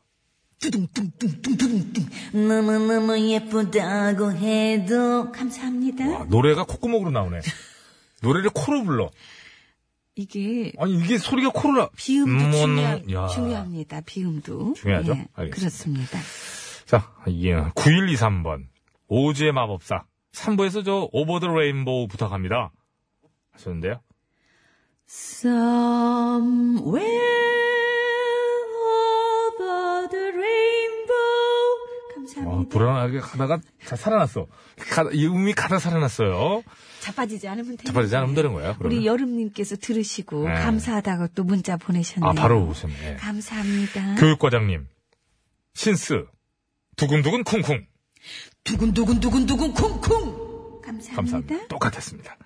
너무너무 예쁘다고 해도 감사합니다.
와, 노래가 콧구멍으로 나오네. 노래를 코로 불러.
이게
아니 이게 소리가 코로 나.
비음도
음,
중요하,
야.
중요합니다. 비음도.
중요하죠?
예,
알겠습니다.
그렇습니다.
자, 예. 9123번. 오즈의 마법사. 3부에서 저 오버 더 레인보우 부탁합니다. 하셨는데요.
Somewhere over the rainbow.
어,
감사합니다.
불안하게 가다가 자, 살아났어. 가, 이 음이 가다 살아났어요.
자빠지지 않으면 돼요.
자빠지지 않으면 되는 거예요. 그러면.
우리 여름님께서 들으시고
네.
감사하다고 또 문자 보내셨네요.
아, 바로 그- 오셨네.
감사합니다.
교육과장님, 신스, 두근두근 쿵쿵.
두근두근두근두근 쿵쿵.
감사합니다.
감사합니다. 똑같았습니다.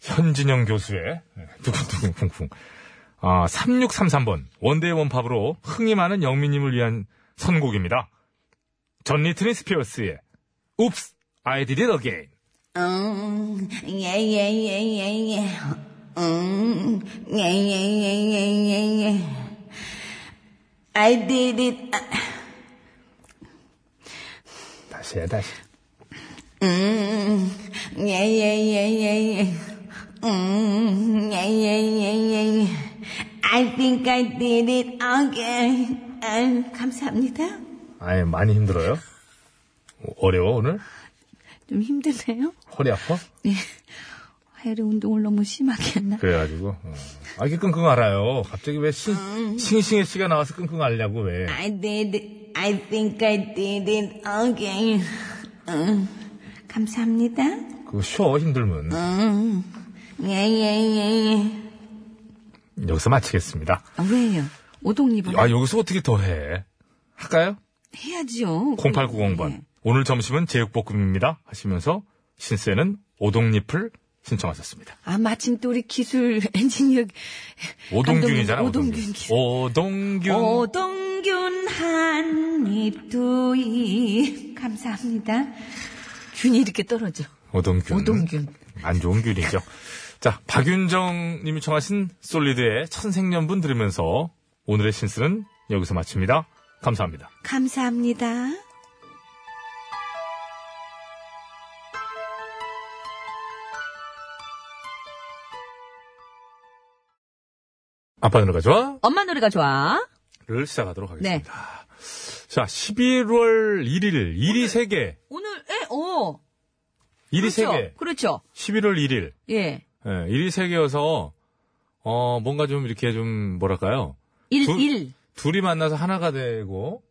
현진영 교수의 네, 두근두근 쿵쿵. 아, 3633번. 원데이 원팝으로 흥이 많은 영민님을 위한 선곡입니다. 전리트니 스피어스의 Oops, I did it again.
음,
응, 예, 예, 예, 예, 예.
음,
응, 예, 예, 예, 예, 예, 예. I did it.
다시 해, 다시.
응, 예, 예, 예, 예, 예. 응, 예, 예, 예, 예, 예. I think I did it again. 아, 감사합니다.
아예 많이 힘들어요? 어려워, 오늘?
좀 힘드네요.
허리 아파?
화요일에 운동을 너무 심하게 했나?
그래가지고. 어. 아, 이게 끙끙 앓아요. 갑자기 왜 신, 싱싱의 씨가 나와서 끙끙 앓냐고, 왜.
I did it. I think I did it again. 응, 감사합니다.
그거 쉬어, 힘들면.
예, 예예예예. 아,
여기서 마치겠습니다.
왜요? 오동립을
아, 여기서 어떻게 더 해? 할까요?
해야지요.
0890번.
네.
예.
오늘 점심은 제육볶음입니다. 하시면서 신세는 오동잎을 신청하셨습니다.
아 마침 또 우리 기술 엔지니어
오동균이잖아,
오동균
오동균.
기술.
오동균.
어,
오동균 한입 두입 감사합니다. 균이 이렇게 떨어져.
오동균.
오동균.
안 좋은 균이죠. 자, 박윤정 님이 청하신 솔리드의 천생연분 들으면서 오늘의 신스는 여기서 마칩니다. 감사합니다.
감사합니다.
아빠 노래가 좋아?
엄마 노래가 좋아.
를 시작하도록 하겠습니다. 자, 11월 1일, 일이 세개
오늘 에 어.
일이 세
그렇죠.
개
그렇죠.
11월 1일.
예.
예, 일이 세개여서 어, 뭔가 좀 이렇게 좀, 뭐랄까요.
일
둘-
일
둘이 만나서 하나가 되고,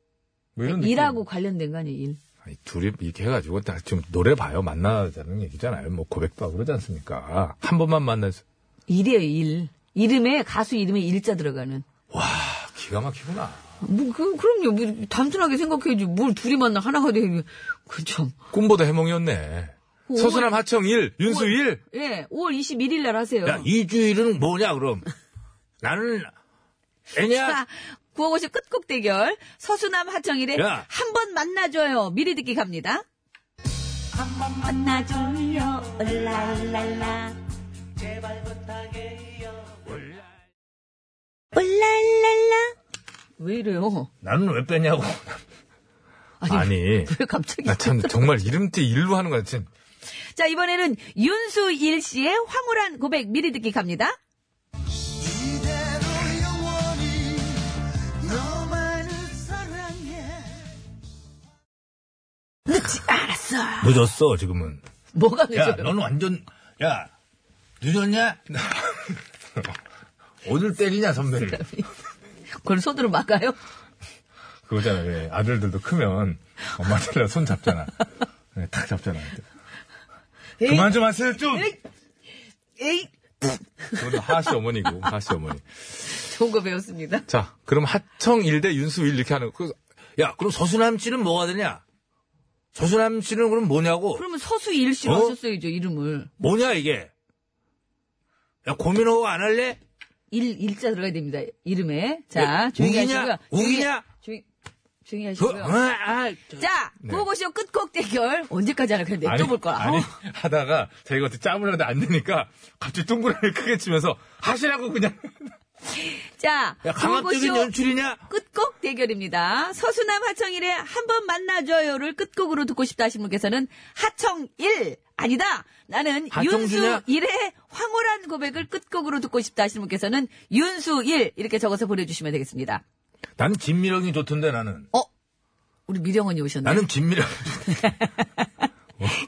뭐 이런.
일하고
느낌.
관련된 거 아니에요, 일.
아니, 둘이 이렇게 해가지고, 딱 지금 노래 봐요. 만나자는 얘기잖아요. 뭐 고백도 하고 그러지 않습니까. 한 번만 만나서.
일이에요, 일. 이름에, 가수 이름에 일자 들어가는.
와, 아, 기가 막히구나.
뭐, 그, 그럼요. 뭐, 단순하게 생각해야지. 뭘 둘이 만나 하나가 되면. 그 참.
꿈보다 해몽이었네.
오월-
서수남 하청 일 윤수 일
예, 5월 21일 날 하세요.
야, 이 주일은 뭐냐, 그럼. 나는, 애냐?
자, 구호고시 끝곡 대결. 서수남 하정일의
야.
한 번 만나줘요. 미리 듣기 갑니다. 한 번 만나줘요. 올랄랄라. 올랄랄라. 왜 이래요?
나는 왜 빼냐고.
아니,
아니.
왜 갑자기.
나 참, 정말 이름 때 일로 하는 거야, 지금.
자, 이번에는 윤수일 씨의 황홀한 고백 미리 듣기 갑니다.
이대로 영원히 너만을 사랑해
알았어.
늦었어, 지금은.
뭐가
야,
늦어요?
너는 완전, 야, 늦었냐? 어딜 때리냐, 선배를.
그걸 손으로 막아요?
그거잖아, 왜. 예, 아들들도 크면 엄마 때려 손 잡잖아. 네, 탁 잡잖아. 그만 좀 하세요, 좀!
에이,
저도 하씨 어머니고, 하씨 어머니.
좋은 거 배웠습니다.
자, 그럼 하청 1대 윤수 1 이렇게 하는 거. 그, 야, 그럼 서수남 씨는 뭐가 되냐? 서수남 씨는 그럼 뭐냐고?
그러면 서수일 씨로
어?
하셨어야죠, 이름을.
뭐냐, 이게? 야, 고민하고 안 할래?
일, 일자 들어가야 됩니다, 이름에. 자,
어,
조용히
우기냐?
하시고요.
우기냐?
조용히, 조용히
그,
하시고요.
어, 아, 저-
자, 구호고쇼 끝곡 대결. 언제까지 하나 그냥
아니,
냅둬볼 거야.
아니,
어.
하다가 자기가 어떻게 짬을 하는데 안 되니까 갑자기 동그라미 크게 치면서 하시라고 그냥.
자, 구호고쇼
연출이냐?
끝곡 대결입니다. 서수남 하청일의 한 번 만나줘요를 끝곡으로 듣고 싶다 하신 분께서는 하청일! 아니다! 나는
하청주냐?
윤수일의 황홀한 고백을 끝곡으로 듣고 싶다 하신 분께서는 윤수일! 이렇게 적어서 보내주시면 되겠습니다.
나는 진미령이 좋던데 나는.
우리 미령언니 오셨나요?
나는 진미령. 좋던데.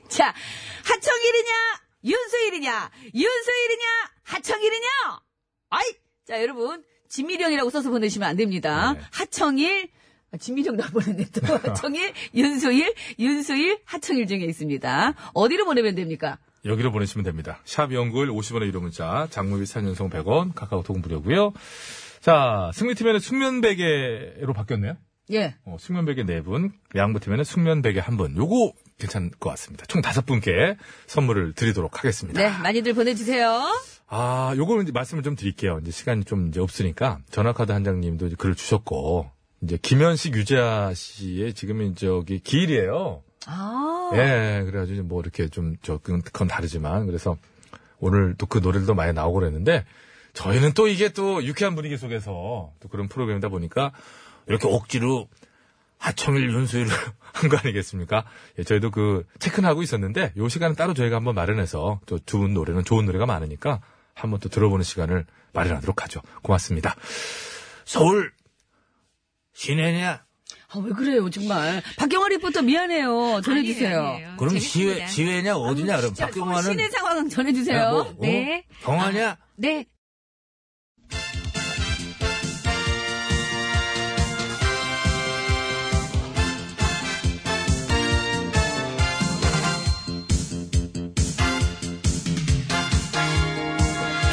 자, 하청일이냐, 윤수일이냐, 윤수일이냐, 하청일이냐? 아이! 자, 여러분, 진미령이라고 써서 보내시면 안 됩니다.
네.
하청일, 아, 진미령 나 보냈네 또. 하청일, 윤수일, 윤수일, 하청일 중에 있습니다. 어디로 보내면 됩니까?
여기로 보내시면 됩니다. 샵 연구일 50원의 이름 문자, 장무비 사연성 100원, 카카오톡은 무료고요 자, 승리팀에는 숙면베개로 바뀌었네요.
예.
어, 숙면베개 4분, 양부팀에는 숙면베개 1분. 요거 괜찮을 것 같습니다. 총 5분께 선물을 드리도록 하겠습니다.
네, 많이들 보내주세요.
아, 요거 이제 말씀을 좀 드릴게요. 이제 시간이 좀 이제 없으니까 전화카드 한장님도 이제 글을 주셨고 이제 김현식 유재하 씨의 지금 저기 기일이에요.
아.
예, 그래가지고 이제 뭐 이렇게 좀 저 그건 그건 다르지만 그래서 오늘 또 그 노래도 많이 나오고 그랬는데 저희는 또 이게 또 유쾌한 분위기 속에서 또 그런 프로그램이다 보니까 이렇게 억지로 하청일 윤수일을 한 거 아니겠습니까? 예, 저희도 그 체크는 하고 있었는데 요 시간은 따로 저희가 한번 마련해서 또 좋은 노래는 좋은 노래가 많으니까 한번 또 들어보는 시간을 마련하도록 하죠. 고맙습니다. 서울 시내냐?
아, 왜 그래요, 정말. 박경화 리포터 미안해요. 전해주세요.
그럼 시외 시외냐 어디냐 그럼 박경화는
시내 상황 전해주세요.
야, 뭐, 어?
네.
경화냐?
네.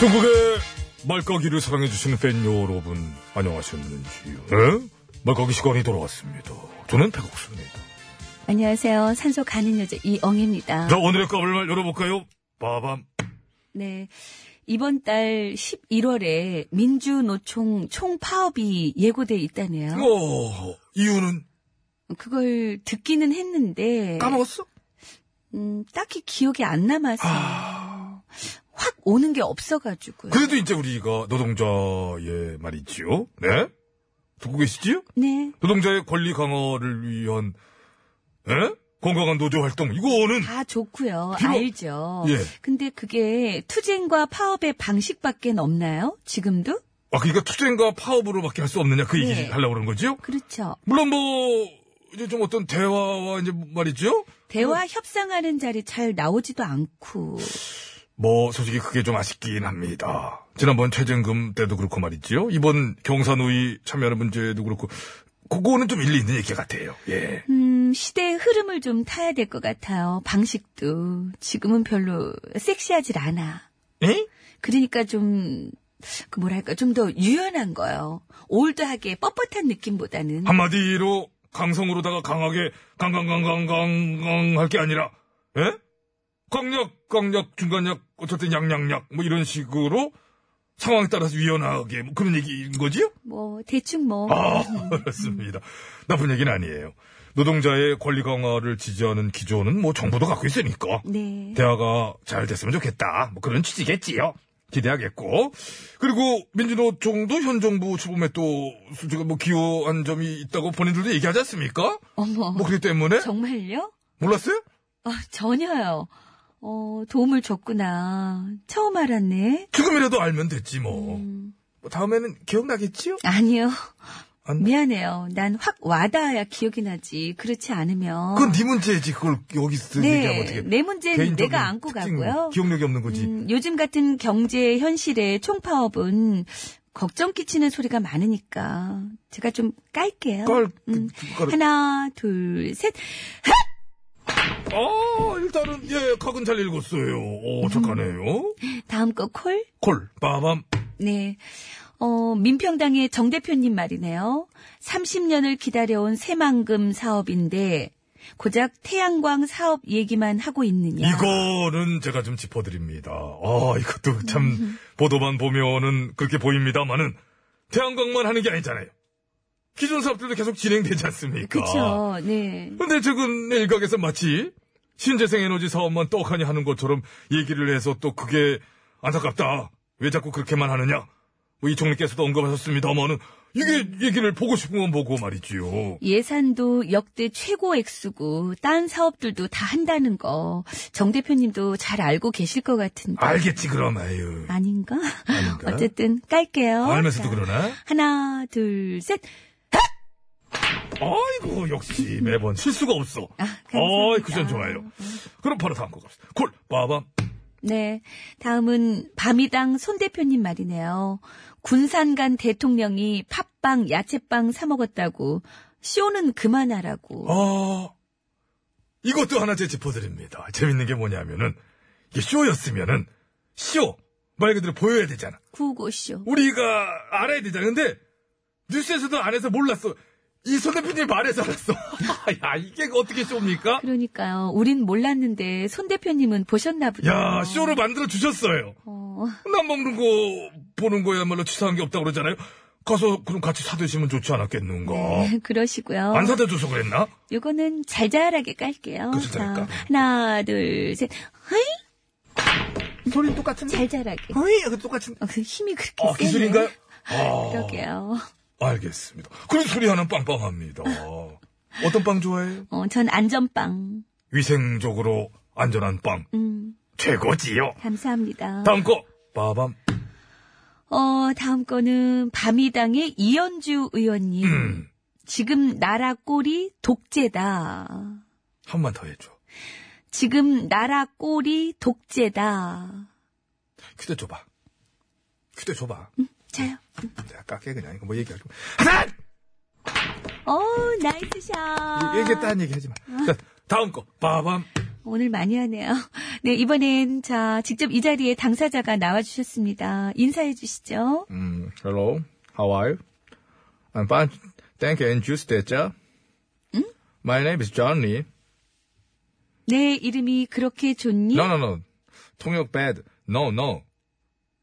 중국의 말까기를 사랑해주시는 팬 여러분, 안녕하셨는지요? 예? 말까기 시간이 돌아왔습니다. 저는 백옥수입니다.
안녕하세요. 산소 가는 여자 이엉입니다.
자, 오늘의 까불말 열어볼까요? 빠밤.
네. 이번 달 11월에 민주노총 총파업이 예고돼 있다네요.
어, 이유는?
그걸 듣기는 했는데
까먹었어?
음, 딱히 기억이 안 남았어요. 확 오는 게 없어가지고요.
그래도 이제 우리가 노동자의 말이지요? 네? 듣고 계시지요?
네,
노동자의 권리 강화를 위한, 예? 건강한 노조 활동, 이거는,
다 좋고요.
그거-
알죠.
예.
근데 그게 투쟁과 파업의 방식밖에 없나요? 지금도?
아, 그러니까 투쟁과 파업으로밖에 할 수 없느냐, 그 얘기
네.
하려고 그러는 거지요?
그렇죠.
물론 뭐, 이제 좀 어떤 대화와 이제 말이지요?
대화 협상하는 자리 잘 나오지도 않고.
뭐 솔직히 그게 좀 아쉽긴 합니다. 지난번 최저임금 때도 그렇고 말이지요. 이번 경사노위 참여하는 문제도 그렇고 그거는 좀 일리 있는 얘기 같아요. 예.
음, 시대의 흐름을 좀 타야 될 것 같아요. 방식도. 지금은 별로 섹시하질 않아.
에?
그러니까 좀, 그 뭐랄까, 좀 더 유연한 거요. 올드하게 뻣뻣한 느낌보다는.
한마디로 강성으로다가 강하게 강강강강강강 할 게 아니라 예? 강약 강약 중간약 어쨌든 양양약 뭐 이런 식으로 상황에 따라서 유연하게 뭐 그런 얘기인 거지요?
뭐, 대충 뭐.
아, 그렇습니다. 나쁜 얘기는 아니에요. 노동자의 권리 강화를 지지하는 기조는 뭐 정부도 갖고 있으니까
네.
대화가 잘 됐으면 좋겠다. 뭐 그런 취지겠지요. 기대하겠고 그리고 민주노총도 현 정부 출범에 또 솔직히 뭐 기여한 점이 있다고 본인들도 얘기하지 않습니까?
어머.
뭐 그렇기 때문에
정말요?
몰랐어요?
아, 전혀요. 어, 도움을 줬구나. 처음 알았네.
지금이라도 알면 됐지 뭐.
음,
뭐 다음에는 기억나겠지요?
아니요.
안-
미안해요. 난 확 와닿아야 기억이 나지. 그렇지 않으면.
그건 네 문제지. 그걸 여기서 얘기하면
네,
어떻게?
내 문제는
개인적인
내가 안고
특징,
가고요.
기억력이 없는 거지.
음, 요즘 같은 경제 현실의 총파업은 걱정 끼치는 소리가 많으니까 제가 좀 깔게요.
깔,
음.
깔,
하나, 둘, 셋.
아, 일단은, 예, 각은 잘 읽었어요. 오, 착하네요.
다음 거 콜.
콜, 빠밤.
네. 어, 민평당의 정 대표님 말이네요. 30년을 기다려온 새만금 사업인데 고작 태양광 사업 얘기만 하고 있느냐.
이거는 제가 좀 짚어드립니다. 아, 이것도 참, 보도만 보면은 그렇게 보입니다만은, 태양광만 하는 게 아니잖아요. 기존 사업들도 계속 진행되지 않습니까?
그렇죠. 네.
근데 최근 일각에서 마치 신재생 에너지 사업만 떡하니 하는 것처럼 얘기를 해서 또 그게 안타깝다. 왜 자꾸 그렇게만 하느냐? 뭐이 총리께서도 언급하셨습니다만은 이게 얘기를 보고 싶으면 보고 말이지요.
예산도 역대 최고 액수고 딴 사업들도 다 한다는 거 정 대표님도 잘 알고 계실 것 같은데
알겠지 그럼 아유.
아닌가?
아닌가? 아,
어쨌든 깔게요.
알면서도
자,
그러나?
하나 둘 셋.
아, 아이고 역시 매번 실수가 없어.
아,
어이 쿠션 좋아요. 그럼 바로 다음 곡 갑시다. 콜 빠밤.
네. 다음은 밤이당 손 대표님 말이네요. 군산 간 대통령이 팥빵, 야채빵 사 먹었다고 쇼는 그만하라고.
아, 이것도 하나 제 짚어드립니다. 재밌는 게 뭐냐면은, 이게 쇼였으면은, 쇼! 말 그대로 보여야 되잖아.
구호고쇼.
우리가 알아야 되잖아. 근데, 뉴스에서도 안 해서 몰랐어. 이 손 대표님 말해서 알았어. 야, 이게 그 어떻게 쇼입니까?
그러니까요. 우린 몰랐는데 손 대표님은 보셨나 보다.
야, 쇼를 만들어 주셨어요.
어,
남 먹는 거, 보는 거야말로 치사한 게 없다고 그러잖아요. 가서 그럼 같이 사드시면 좋지 않았겠는가.
음.
네, 그러시고요.
안 사다 줘서 그랬나?
요거는 잘잘하게 깔게요.
그쵸, 잘 깔.
하나, 둘, 셋. 헤이!
소리는 똑같은데.
잘잘하게.
어이, 그 똑같은.
어, 그 힘이 그렇게 세네.
아,
음.
기술인가요? 아.
그러게요.
알겠습니다. 그런 소리 하는 빵빵합니다. 어떤 빵 좋아해요?
어, 전 안전빵.
위생적으로 안전한 빵
음,
최고지요.
감사합니다.
다음 거 빠밤.
어, 다음 거는 밤이당의 이현주 의원님.
음,
지금 나라 꼴이 독재다.
한번 더 해줘.
지금 나라 꼴이 독재다.
휴대 줘봐. 휴대 줘봐.
자요.
내가 깎게 그냥 이거 뭐 얘기하지. 하나.
어, 나이스 샷.
얘기했다는 얘기 하지 마.
아.
자, 다음 거 빠밤.
오늘 많이 하네요. 네, 이번엔 자, 직접 이 자리에 당사자가 나와 주셨습니다. 인사해 주시죠.
음, hello, how are you? I'm fine. Thank you and juice 됐죠? My name is
예?
Johnny.
내 네, 이름이 그렇게 좋니?
No, no, no. 통역 bad. No, no.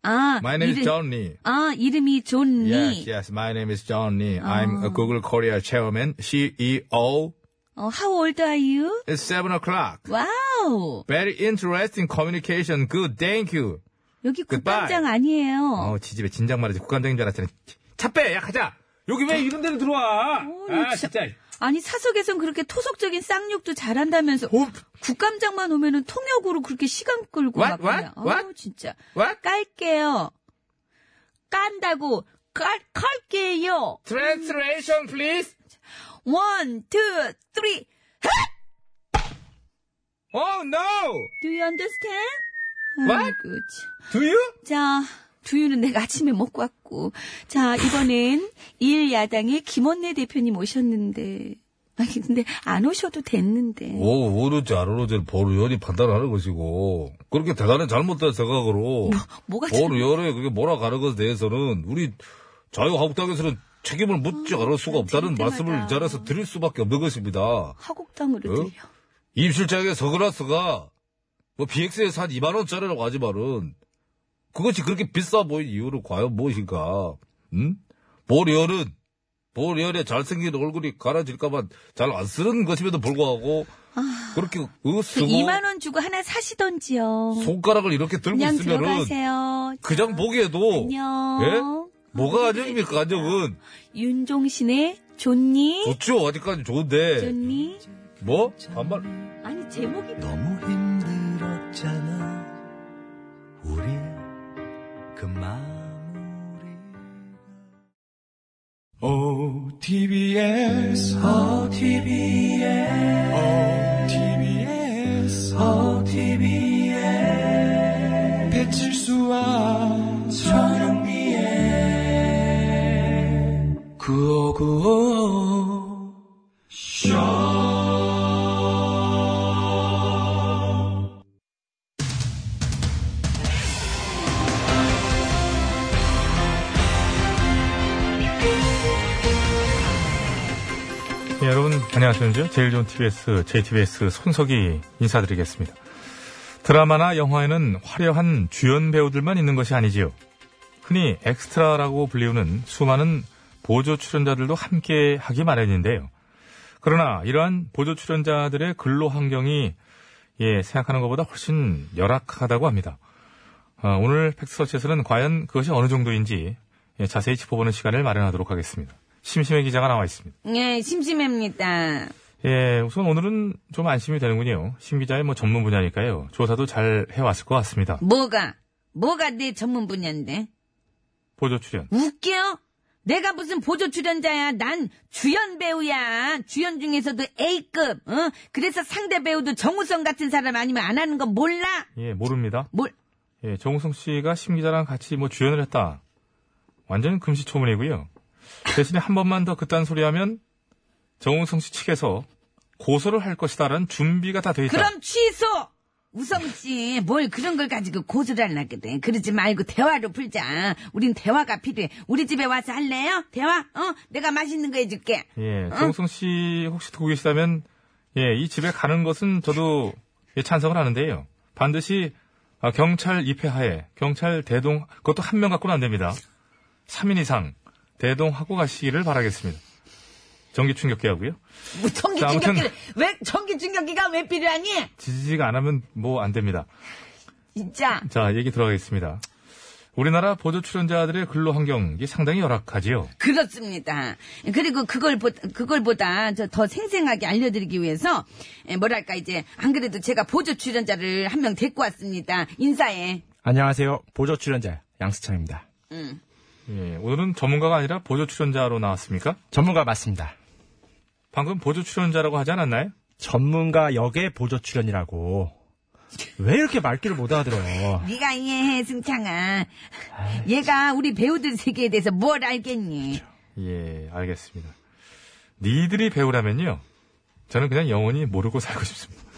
아,
My name is
이름-
Johnny.
아, 이름이 좋니?
Yes, yes. My name is John Nee. I'm
아.
a Google Korea chairman, CEO.
어, how old are you?
It's seven o'clock.
와우.
Very interesting communication. Good, thank you.
여기
Goodbye.
국감장 아니에요.
어, 지집에 진작 말하지 국감장인 줄 알았잖아. 차 빼, 야 가자. 여기 왜 이런 데로 들어와?
어,
아,
진짜.
진짜.
아니 사석에선 그렇게 토속적인 쌍욕도 잘한다면서 국감장만 오면은 통역으로 그렇게 시간 끌고
What?
막
What? What?
아우 진짜
What?
깔게요 깐다고 깔 깔게요
Translation, please.
원, 투, 쓰리
Oh no.
Do you understand?
What?
아이고, 참.
Do you?
자 두유는 내가 아침에 먹고 왔고 자 이번엔 일야당의 김원내 대표님 오셨는데 아니 근데 안 오셔도 됐는데
오, 오르지 안 오르지 보루 열이 판단하는 것이고 그렇게 대단히 잘못된 생각으로
뭐가 참-
보루 열에 그게 몰아가는 것에 대해서는 우리 자유한국당에서는 책임을 묻지 않을 수가 없다는
참
말씀을
끔하다.
이 자리에서 드릴 수밖에 없는 것입니다.
화곡당으로
어?
들려
임실장의 서그라스가 뭐 BX에서 한 2만 원짜리라고 하지 말은 그것이 그렇게 비싸 보인 이유는 과연 무엇인가? 응? 보리얼은 보리얼의 잘생긴 얼굴이 가라질까봐 잘 안 쓰는 것임에도 불구하고 그렇게
그
으쓰고
2만 원 주고 하나 사시던지요.
손가락을 이렇게 들고
그냥
있으면은
들어가세요.
그냥 보기에도
안녕.
예? 뭐가 안정입니까? 안정은
윤종신의 좋니?
좋죠 아직까지 좋은데
좋니?
뭐 반말
아니 제목이
너무 힘들었잖아 우리 그 마무리가 OTBS OTBS OTBS OTBS 배칠수와 전영미의 9595
네, 여러분 안녕하십니까? 제일 좋은 TBS, JTBS 손석희 인사드리겠습니다. 드라마나 영화에는 화려한 주연 배우들만 있는 것이 아니지요. 흔히 엑스트라라고 불리우는 수많은 보조 출연자들도 함께 하기 마련인데요. 그러나 이러한 보조 출연자들의 근로 환경이 예, 생각하는 것보다 훨씬 열악하다고 합니다. 아, 오늘 팩스서치에서는 과연 그것이 어느 정도인지 예, 자세히 짚어보는 시간을 마련하도록 하겠습니다. 심심해 기자가 나와 있습니다.
예, 심심합니다.
예, 우선 오늘은 좀 안심이 되는군요. 심 기자의 뭐 전문 분야니까요. 조사도 잘 해왔을 것 같습니다.
뭐가, 뭐가 내 전문 분야인데?
보조 출연.
웃겨?
내가 무슨 보조 출연자야. 난 주연 배우야. 주연 중에서도 A급. 어? 그래서 상대 배우도 정우성 같은 사람 아니면 안 하는 건 몰라.
예, 모릅니다.
뭘?
예, 정우성 씨가 심 기자랑 같이 뭐 주연을 했다. 완전 금시초문이고요. 대신에 한 번만 더 그딴 소리 하면 정우성 씨 측에서 고소를 할 것이다라는 준비가 다 돼 있다.
그럼 취소. 우성씨, 뭘 그런 걸 가지고 고소를 하려고 그래. 그러지 말고 대화로 풀자. 우린 대화가 필요해. 우리 집에 와서 할래요? 대화? 어? 내가 맛있는 거 해줄게.
예, 정우성 씨 혹시 듣고 계시다면 예, 이 집에 가는 것은 저도 예, 찬성을 하는데요. 반드시 아, 경찰 입회하에 경찰 대동 그것도 한 명 갖고는 안 됩니다. 3인 이상 대동하고 가시기를 바라겠습니다. 전기 충격기 하고요.
뭐 전기
자, 아무튼-
충격기를, 왜, 전기 충격기가 왜 필요하니?
지지가 안 하면 뭐 안 됩니다.
진짜.
자, 얘기 들어가겠습니다. 우리나라 보조 출연자들의 근로 환경이 상당히 열악하지요.
그렇습니다. 그리고 그걸 보, 그걸 보다 저 더 생생하게 알려드리기 위해서 에, 뭐랄까 이제 안 그래도 제가 보조 출연자를 한 명 데리고 왔습니다. 인사해.
안녕하세요. 보조 출연자 양수창입니다.
예, 오늘은 전문가가 아니라 보조 출연자로 나왔습니까?
전문가 맞습니다.
방금 보조 출연자라고 하지 않았나요?
전문가 역의 보조 출연이라고. 왜 이렇게 말귀를 못 알아들어요?
네가 이해해 승창아. 얘가 우리 배우들 세계에 대해서 뭘 알겠니?
예, 알겠습니다. 니들이 배우라면요. 저는 그냥 영원히 모르고 살고 싶습니다.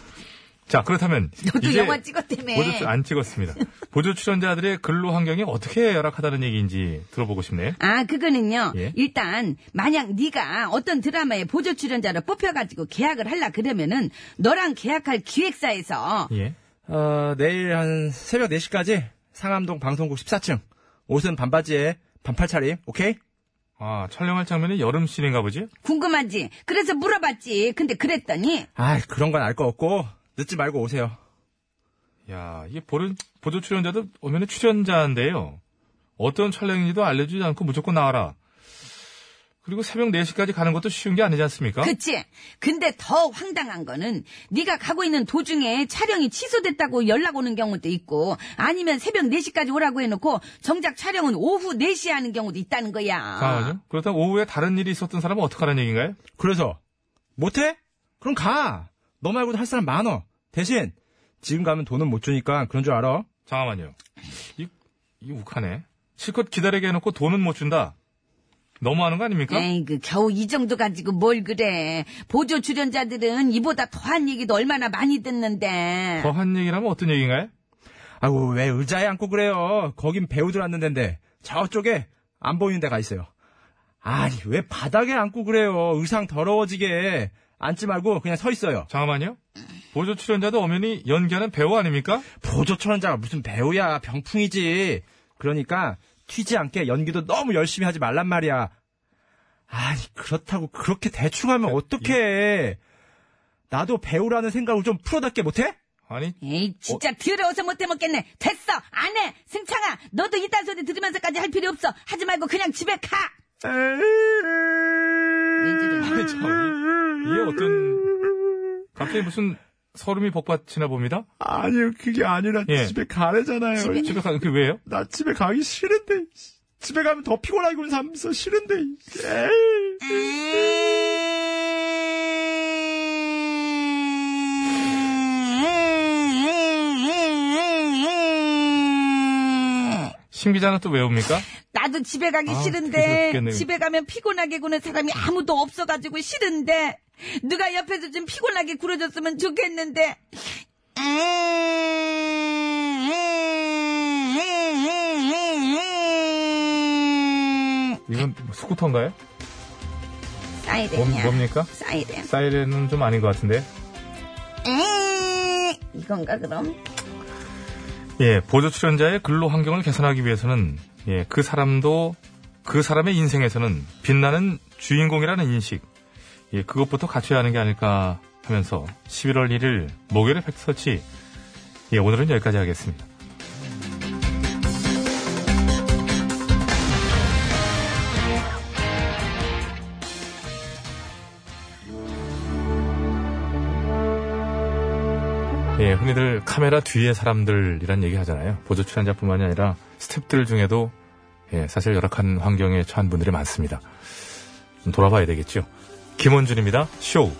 자, 그렇다면
너도
이제
영화 찍었다며.
보조 출- 안 찍었습니다. 보조 출연자들의 근로 환경이 어떻게 열악하다는 얘기인지 들어보고 싶네요.
아, 그거는요.
예?
일단 만약 네가 어떤 드라마에 보조 출연자로 뽑혀가지고 계약을 하려 그러면은 너랑 계약할 기획사에서
예.
어, 내일 한 새벽 4시까지 상암동 방송국 14층. 옷은 반바지에 반팔 차림, 오케이?
아, 촬영할 장면이 여름 씬인가 보지?
궁금하지. 그래서 물어봤지. 근데 그랬더니
아 그런 건 알 거 없고, 늦지 말고 오세요.
야, 이게 보조, 보조 출연자도 오면은 출연자인데요. 어떤 촬영인지도 알려주지 않고 무조건 나와라. 그리고 새벽 4시까지 가는 것도 쉬운 게 아니지 않습니까?
그치? 근데 더 황당한 거는 네가 가고 있는 도중에 촬영이 취소됐다고 연락 오는 경우도 있고 아니면 새벽 4시까지 오라고 해놓고 정작 촬영은 오후 4시에 하는 경우도 있다는 거야.
잠깐만요. 아, 그렇죠. 그렇다면 오후에 다른 일이 있었던 사람은 어떡하라는 얘기인가요?
그래서, 못해? 그럼 가! 너 말고도 할 사람 많어. 대신, 지금 가면 돈은 못 주니까 그런 줄 알아.
잠깐만요. 이, 이 욱하네. 실컷 기다리게 해놓고 돈은 못 준다. 너무하는 거 아닙니까?
에이그 겨우 이 정도 가지고 뭘 그래. 보조 출연자들은 이보다 더한 얘기도 얼마나 많이 듣는데.
더한 얘기라면 어떤 얘기인가요?
아이고, 왜 의자에 앉고 그래요? 거긴 배우들 앉는 데인데, 저쪽에 안 보이는 데가 있어요. 아니, 왜 바닥에 앉고 그래요? 의상 더러워지게. 앉지 말고 그냥 서 있어요.
잠깐만요. 보조 출연자도 엄연히 연기하는 배우 아닙니까?
보조 천원자가 무슨 배우야 병풍이지 그러니까 튀지 않게 연기도 너무 열심히 하지 말란 말이야 아니 그렇다고 그렇게 대충 하면 어떡해 나도 배우라는 생각을 좀 풀어닫게 못해?
아니,
에이 진짜 더러워서 못해 먹겠네. 됐어 안 해. 승창아 너도 이딴 소리 들으면서까지 할 필요 없어. 하지 말고 그냥 집에 가.
아니, 참, 이- 이게 어떤, 갑자기 무슨 서름이 복받치나 봅니다?
아니요, 그게 아니라
예.
집에 가래잖아요.
집에 가, 그게 왜요?
나 집에 가기 싫은데. 집에 가면 더 피곤하게 군 삶서 싫은데. 에이.
심 기자는 또 왜 옵니까?
나도 집에 가기
아, 그래서
싫은데
웃겠네.
집에 가면 피곤하게 구는 사람이 아무도 없어가지고 싫은데 누가 옆에서 좀 피곤하게 굴어줬으면 좋겠는데
이건 뭐 스쿠터인가요? 뭡,
사이렌이야
뭡니까?
사이렌
사이렌은 좀 아닌 것 같은데.
에이, 이건가 그럼?
예, 보조 출연자의 근로 환경을 개선하기 위해서는 예, 그 사람도 그 사람의 인생에서는 빛나는 주인공이라는 인식 예, 그것부터 갖춰야 하는 게 아닐까 하면서 11월 1일 목요일의 팩트서치 예, 오늘은 여기까지 하겠습니다. 예, 흔히들 카메라 뒤에 사람들이란 얘기 하잖아요. 보조 출연자뿐만이 아니라 스탭들 중에도 예, 사실 열악한 환경에 처한 분들이 많습니다. 좀 돌아봐야 되겠죠. 김원준입니다. 쇼.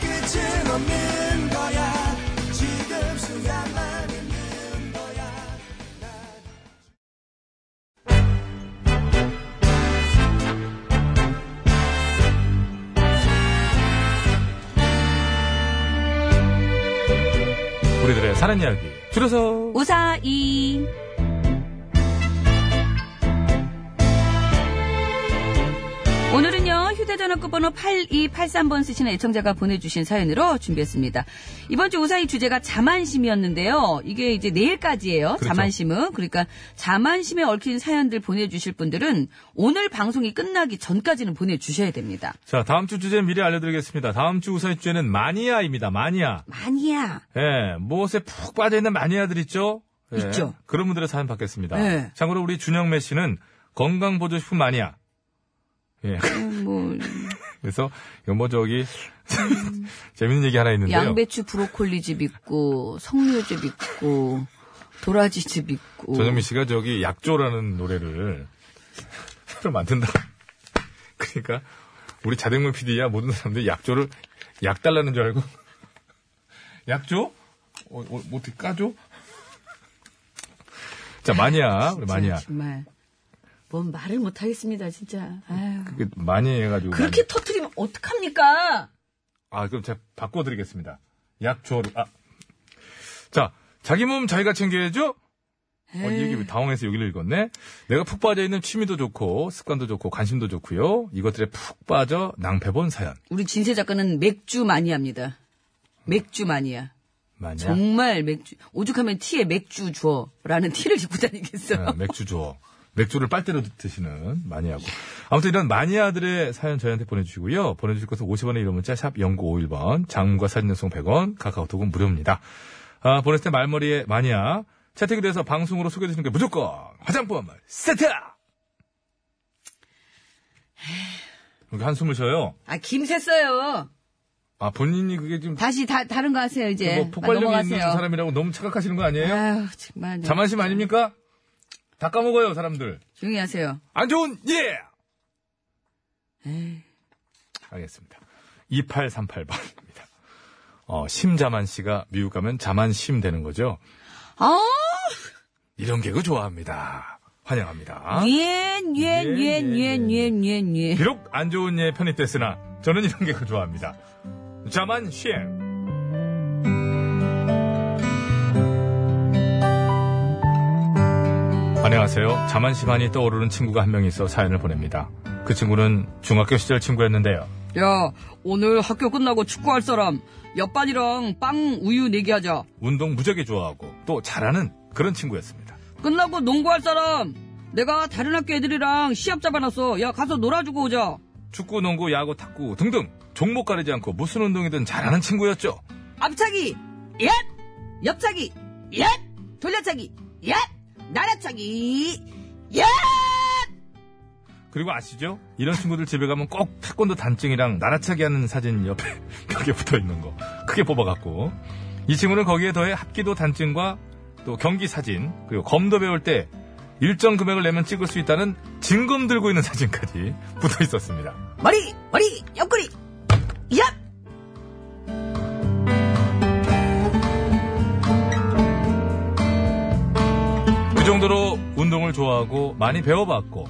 끝은 없는 거야 지금 순간만 있는 거야
우리들의 사는 이야기. 줄여서
우사이. 오늘은요, 휴대전화 끝번호 8283번 쓰시는 애청자가 보내주신 사연으로 준비했습니다. 이번 주 우사이 주제가 자만심이었는데요. 이게 이제 내일까지예요. 자만심은. 그러니까 자만심에 얽힌 사연들 보내주실 분들은 오늘 방송이 끝나기 전까지는 보내주셔야 됩니다.
자, 다음 주 주제 미리 알려드리겠습니다. 다음 주 우선 주제는 마니아입니다. 마니아.
아니야.
예, 무엇에 푹 빠져있는 마니아들 있죠? 예,
있죠.
그런 분들의 사연 받겠습니다.
예.
참고로 우리 준영매 씨는 건강보조식품 마니아. 예.
음, 뭐,
그래서, 이거 뭐 저기, 재밌는 얘기 하나 있는데요.
양배추 브로콜리즙 있고, 석류즙 있고, 도라지즙 있고.
전현미 씨가 저기 약조라는 노래를 새로 만든다. 그러니까 우리 자댕문 PD야 모든 사람들이 약조를 약 달라는 줄 알고 약조? 어, 어, 뭐 어떻게 까줘? 자 마니아 우리 마니아
진짜 정말. 뭔 말을 못하겠습니다, 진짜. 아유.
그게 많이 해가지고
그렇게 터트리면 어떡합니까?
아, 그럼 제가 바꿔드리겠습니다. 약조를, 아. 자, 자기 몸 자기가 챙겨야죠? 어, 이 얘기 왜 당황해서 여기를 읽었네? 내가 푹 빠져있는 취미도 좋고, 습관도 좋고, 관심도 좋고요. 이것들에 푹 빠져 낭패본 사연.
우리 진세 작가는 맥주 마니아입니다. 맥주 마니아. 네.
만약
정말 맥주. 오죽하면 티에 맥주 줘라는 티를 입고 다니겠어요.
네, 맥주 줘. 맥주를 빨대로 드시는 마니아고. 아무튼 이런 마니아들의 사연 저희한테 보내주시고요. 보내주실 것은 50원의 이름 문자 샵 0951번, 장문과 사진 연속 100원, 카카오톡은 무료입니다. 아, 보냈을 때 말머리에 마니아, 채택이 돼서 방송으로 소개되시는 게 무조건 화장품 세트! 이렇게 한숨을 쉬어요.
아, 김새 써요.
아, 본인이 그게 지금
다시 다, 다른 거 하세요, 이제. 아,
뭐 폭발력이 있는 사람이라고 너무 착각하시는 거 아니에요?
예, 아유, 네. 정말.
자만심 아닙니까? 다 까먹어요, 사람들.
조용히 하세요.
안 좋은 예. 알겠습니다. 2838번입니다. 어, 심자만 씨가 미국 가면 자만심 되는 거죠.
아,
이런 개그 좋아합니다. 환영합니다.
옌, 옌, 옌, 옌, 옌, 옌, 옌.
비록 안 좋은 예에 편입됐으나 저는 이런 개그 좋아합니다. 자만심. 안녕하세요. 자만심만이 떠오르는 친구가 한 명 있어 사연을 보냅니다. 그 친구는 중학교 시절 친구였는데요.
야, 오늘 학교 끝나고 축구할 사람, 옆반이랑 빵, 우유 내기 하자.
운동 무지하게 좋아하고 또 잘하는 그런 친구였습니다.
끝나고 농구할 사람, 내가 다른 학교 애들이랑 시합 잡아놨어. 야, 가서 놀아주고 오자.
축구, 농구, 야구, 탁구 등등 종목 가리지 않고 무슨 운동이든 잘하는 친구였죠.
앞차기 얍 옆차기 얍 돌려차기 얍 나라차기 얍
그리고 아시죠? 이런 친구들 집에 가면 꼭 태권도 단증이랑 나라차기 하는 사진 옆에 벽에 붙어 있는 거 크게 뽑아갖고 이 친구는 거기에 더해 합기도 단증과 또 경기 사진 그리고 검도 배울 때 일정 금액을 내면 찍을 수 있다는 진검 들고 있는 사진까지 붙어 있었습니다.
머리 머리 옆구리 얍
그 정도로 운동을 좋아하고 많이 배워봤고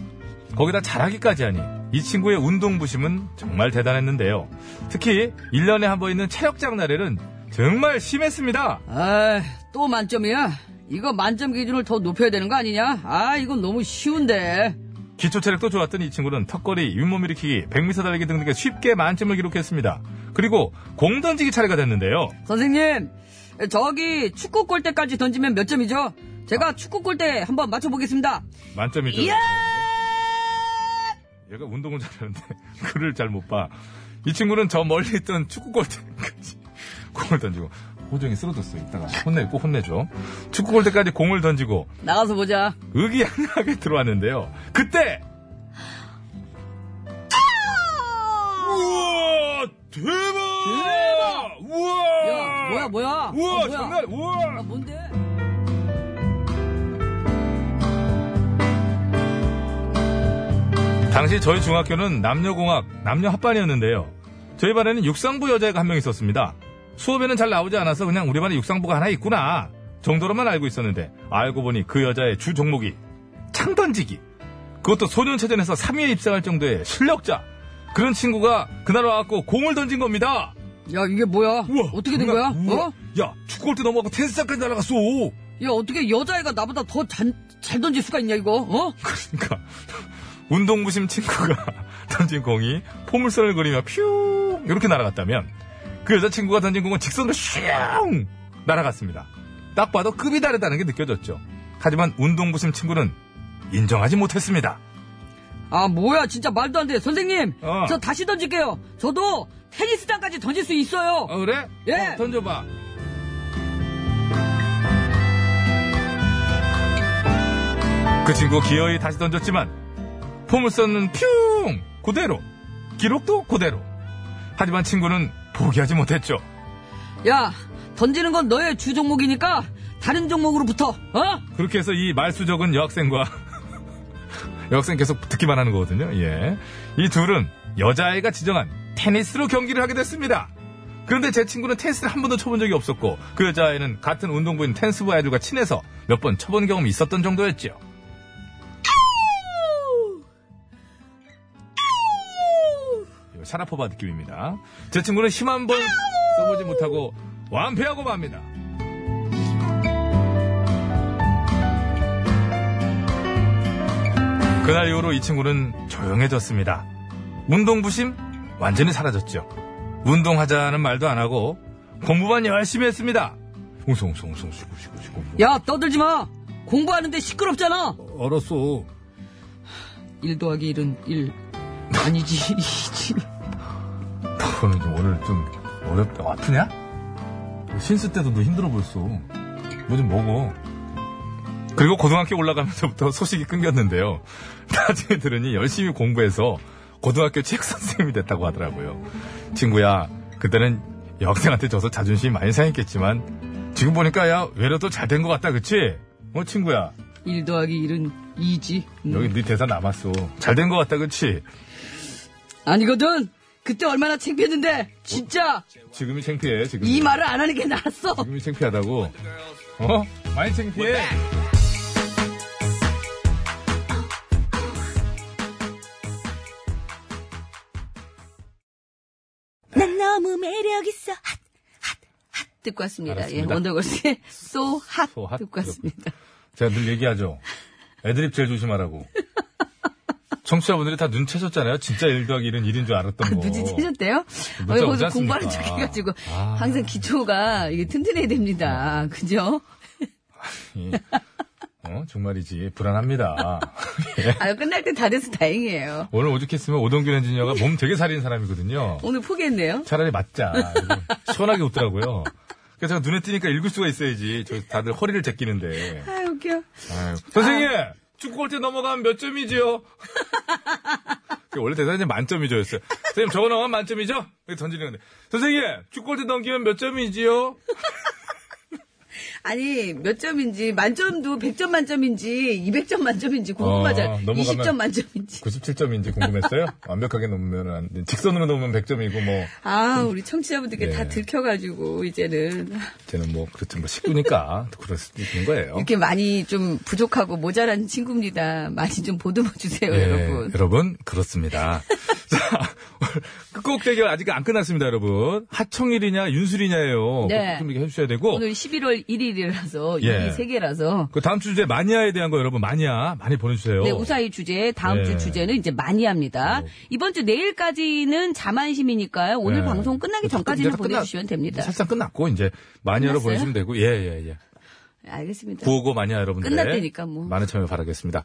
거기다 잘하기까지 하니 이 친구의 운동 부심은 정말 대단했는데요. 특히 1년에 한 번 있는 체력장 날에는 정말 심했습니다.
아또 만점이야 이거 만점 기준을 더 높여야 되는 거 아니냐 아 이건 너무 쉬운데
기초 체력도 좋았던 이 친구는 턱걸이, 윗몸 일으키기, 100m 달리기 등등에 쉽게 만점을 기록했습니다. 그리고 공 던지기 차례가 됐는데요.
선생님 저기 축구 골대까지 던지면 몇 점이죠 제가 축구 골대 한번 맞춰보겠습니다
만점이죠.
야
얘가 운동을 잘하는데 글을 잘 못 봐. 이 친구는 저 멀리 있던 축구골대까지 공을 던지고 호정이 쓰러졌어. 이따가 혼내 꼭 혼내줘. 축구골대까지 공을 던지고
나가서 보자
의기양양하게 들어왔는데요. 그때 우와 대박! 우와
야 뭐야 뭐야
우와
아, 뭐야.
정말 우와
아, 뭔데?
당시 저희 중학교는 남녀공학, 남녀합반이었는데요. 저희 반에는 육상부 여자애가 한 명 있었습니다. 수업에는 잘 나오지 않아서 그냥 우리 반에 육상부가 하나 있구나 정도로만 알고 있었는데 알고 보니 그 여자의 주 종목이 창 던지기. 그것도 소년체전에서 3위에 입상할 정도의 실력자. 그런 친구가 그날 와갖고 공을 던진 겁니다.
야, 이게 뭐야?
우와,
어떻게 된 거야?
장난- 우와.
어?
야, 축구할 때 넘어가고 테니스장까지 날아갔어.
야, 어떻게 여자애가 나보다 더 잘, 잘 던질 수가 있냐, 이거? 어?
그러니까 운동부심 친구가 던진 공이 포물선을 그리며 퓨 이렇게 날아갔다면 그 여자친구가 던진 공은 직선으로 슝 날아갔습니다. 딱 봐도 급이 다르다는 게 느껴졌죠. 하지만 운동부심 친구는 인정하지 못했습니다.
아, 뭐야, 진짜 말도 안 돼. 선생님,
어.
저 다시 던질게요. 저도 테니스장까지 던질 수 있어요.
어, 그래?
예.
어, 던져봐. 그 친구 기어이 다시 던졌지만 포물선은 퓨웅 그대로 기록도 그대로 하지만 친구는 포기하지 못했죠
야, 던지는 건 너의 주 종목이니까 다른 종목으로 붙어. 어?
그렇게 해서 이 말수 적은 여학생과 여학생 계속 듣기만 하는 거거든요. 예. 이 둘은 여자아이가 지정한 테니스로 경기를 하게 됐습니다. 그런데 제 친구는 테니스를 한 번도 쳐본 적이 없었고 그 여자아이는 같은 운동부인 테니스부 아이들과 친해서 몇 번 쳐본 경험이 있었던 정도였죠. 이거 샤라포바 느낌입니다. 제 친구는 힘 한 번 써보지 못하고 완패하고 맙니다. 그날 이후로 이 친구는 조용해졌습니다. 운동부심 완전히 사라졌죠. 운동하자는 말도 안 하고 공부만 열심히 했습니다. 웅성웅성웅성 시구시구시구.
야, 떠들지 마. 공부하는데 시끄럽잖아.
뭐, 알았어.
1 더하기 1은 1. 아니지, 2지.
너는 좀 오늘 좀 어렵다. 아프냐? 신스 때도 너 힘들어 보였어. 뭐 좀 먹어. 그리고 고등학교 올라가면서부터 소식이 끊겼는데요. 나중에 들으니 열심히 공부해서 고등학교 체육 선생님이 됐다고 하더라고요. 친구야, 그때는 여학생한테 져서 자존심이 많이 상했겠지만 지금 보니까 야, 외려 도 잘 된 것 같다, 그치? 어, 친구야.
1 더하기 1은 2지.
여기 네 대사 남았어. 잘 된 것 같다, 그치?
아니거든. 그때 얼마나 창피했는데 진짜
지금이 창피해, 지금.
이 말을 안 하는 게 나았어.
지금이 창피하다고? 어? 많이 창피해?
난 너무 매력있어. 핫, 핫, 핫. 듣고 왔습니다. 예,
알았습니다.
원더걸스의 So Hot
So Hot
듣고 왔습니다.
제가 늘 얘기하죠. 애드립 제일 조심하라고. 청취자분들이 다 눈채셨잖아요. 진짜 1 더하기 1은 1인 줄 알았던 거.
아, 눈치 채셨대요?
문자
어,
오지
거기서
않습니까?
공부하는 척 해가지고
아. 네.
항상 기초가 이게 튼튼해야 됩니다. 그죠?
이, 예. 어, 정말이지. 불안합니다. 네.
아 끝날 때 다 돼서 다행이에요.
오늘 오죽했으면 오동균 엔지니어가 몸 되게 살인 사람이거든요.
오늘 포기했네요.
차라리 맞자. 이거 시원하게 웃더라고요. 그래서 제가 눈에 띄니까 읽을 수가 있어야지. 저 다들 허리를 제끼는데.
아 웃겨.
아유, 선생님! 축구할 때 넘어가면 몇 점이지요? 그 원래 대사는 만점이죠였어요. 선생님, 저거 넘어가면 만점이죠? 이렇게 던지는 건데. 선생님! 축구할 때 넘기면 몇 점이지요?
아니 몇 점인지 만점도 100점 만점인지 200점 만점인지 궁금하잖아.
어,
요
넘어가면-
20점 만점인지.
97점인지 궁금했어요? 완벽하게 넘으면 안 돼. 직선으로 넘으면 100점이고, 뭐,
아 우리 청취자분들께
예.
다 들켜가지고 이제는
쟤는 뭐, 그렇죠. 뭐, 식구니까. 그럴 수도 있는 거예요.
이렇게 많이 좀 부족하고 모자란 친구입니다. 많이 좀 보듬어 주세요,
예,
여러분.
여러분, 그렇습니다. 자, 끝곡 대결 아직 안 끝났습니다, 여러분. 하청일이냐, 윤술이냐예요.
네.
좀 얘기해 주셔야 되고.
오늘 11월 1일이라서
예.
이 세 개라서
그 다음 주 주제 마니아에 대한 거 여러분 마니아 많이 보내주세요.
네, 우사히 주제, 다음
예. 어.
주 주제는 이제 많이 합니다. 이번 주 내일까지는 자만심이니까요. 오늘
예.
방송 끝나기 전까지는
이제 끝나-
보내주시면 됩니다.
사실상 끝났고 이제 마니아로
끝났어요?
보내주시면 되고 예예예.
네, 알겠습니다.
구호고 마니아 여러분들
끝났다니까 뭐.
많은 참여 바라겠습니다.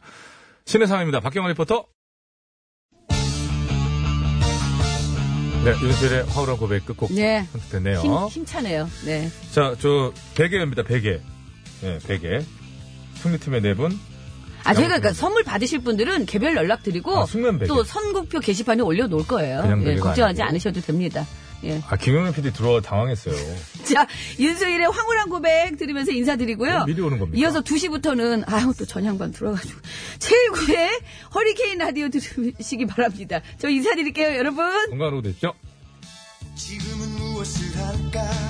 신의 상황입니다. 박경원 리포터. 네, 윤슬의 화울한 고백 끝곡
네.
선택됐네요.
힘, 힘차네요. 네.
자, 저 베개입니다. 베개. 네, 베개. 승리팀의 네 분.
아, 저희가 그러니까 선물 받으실 분들은 개별 연락 드리고
아, 숙면 베개.
또 선곡표 게시판에 올려놓을 거예요.
그냥
예,
베개가
걱정하지
아니고.
않으셔도 됩니다. 예.
아, 김영민 PD 들어와 당황했어요.
자, 윤수일의 황홀한 고백 들으면서 인사드리고요.
네, 미리 오는 겁니까?
이어서 2시부터는, 아우, 또 전향반 들어가지고. 최고의 허리케인 라디오 들으시기 바랍니다. 저 인사드릴게요, 여러분.
건강하고 되십시오.
지금은 무엇을 할까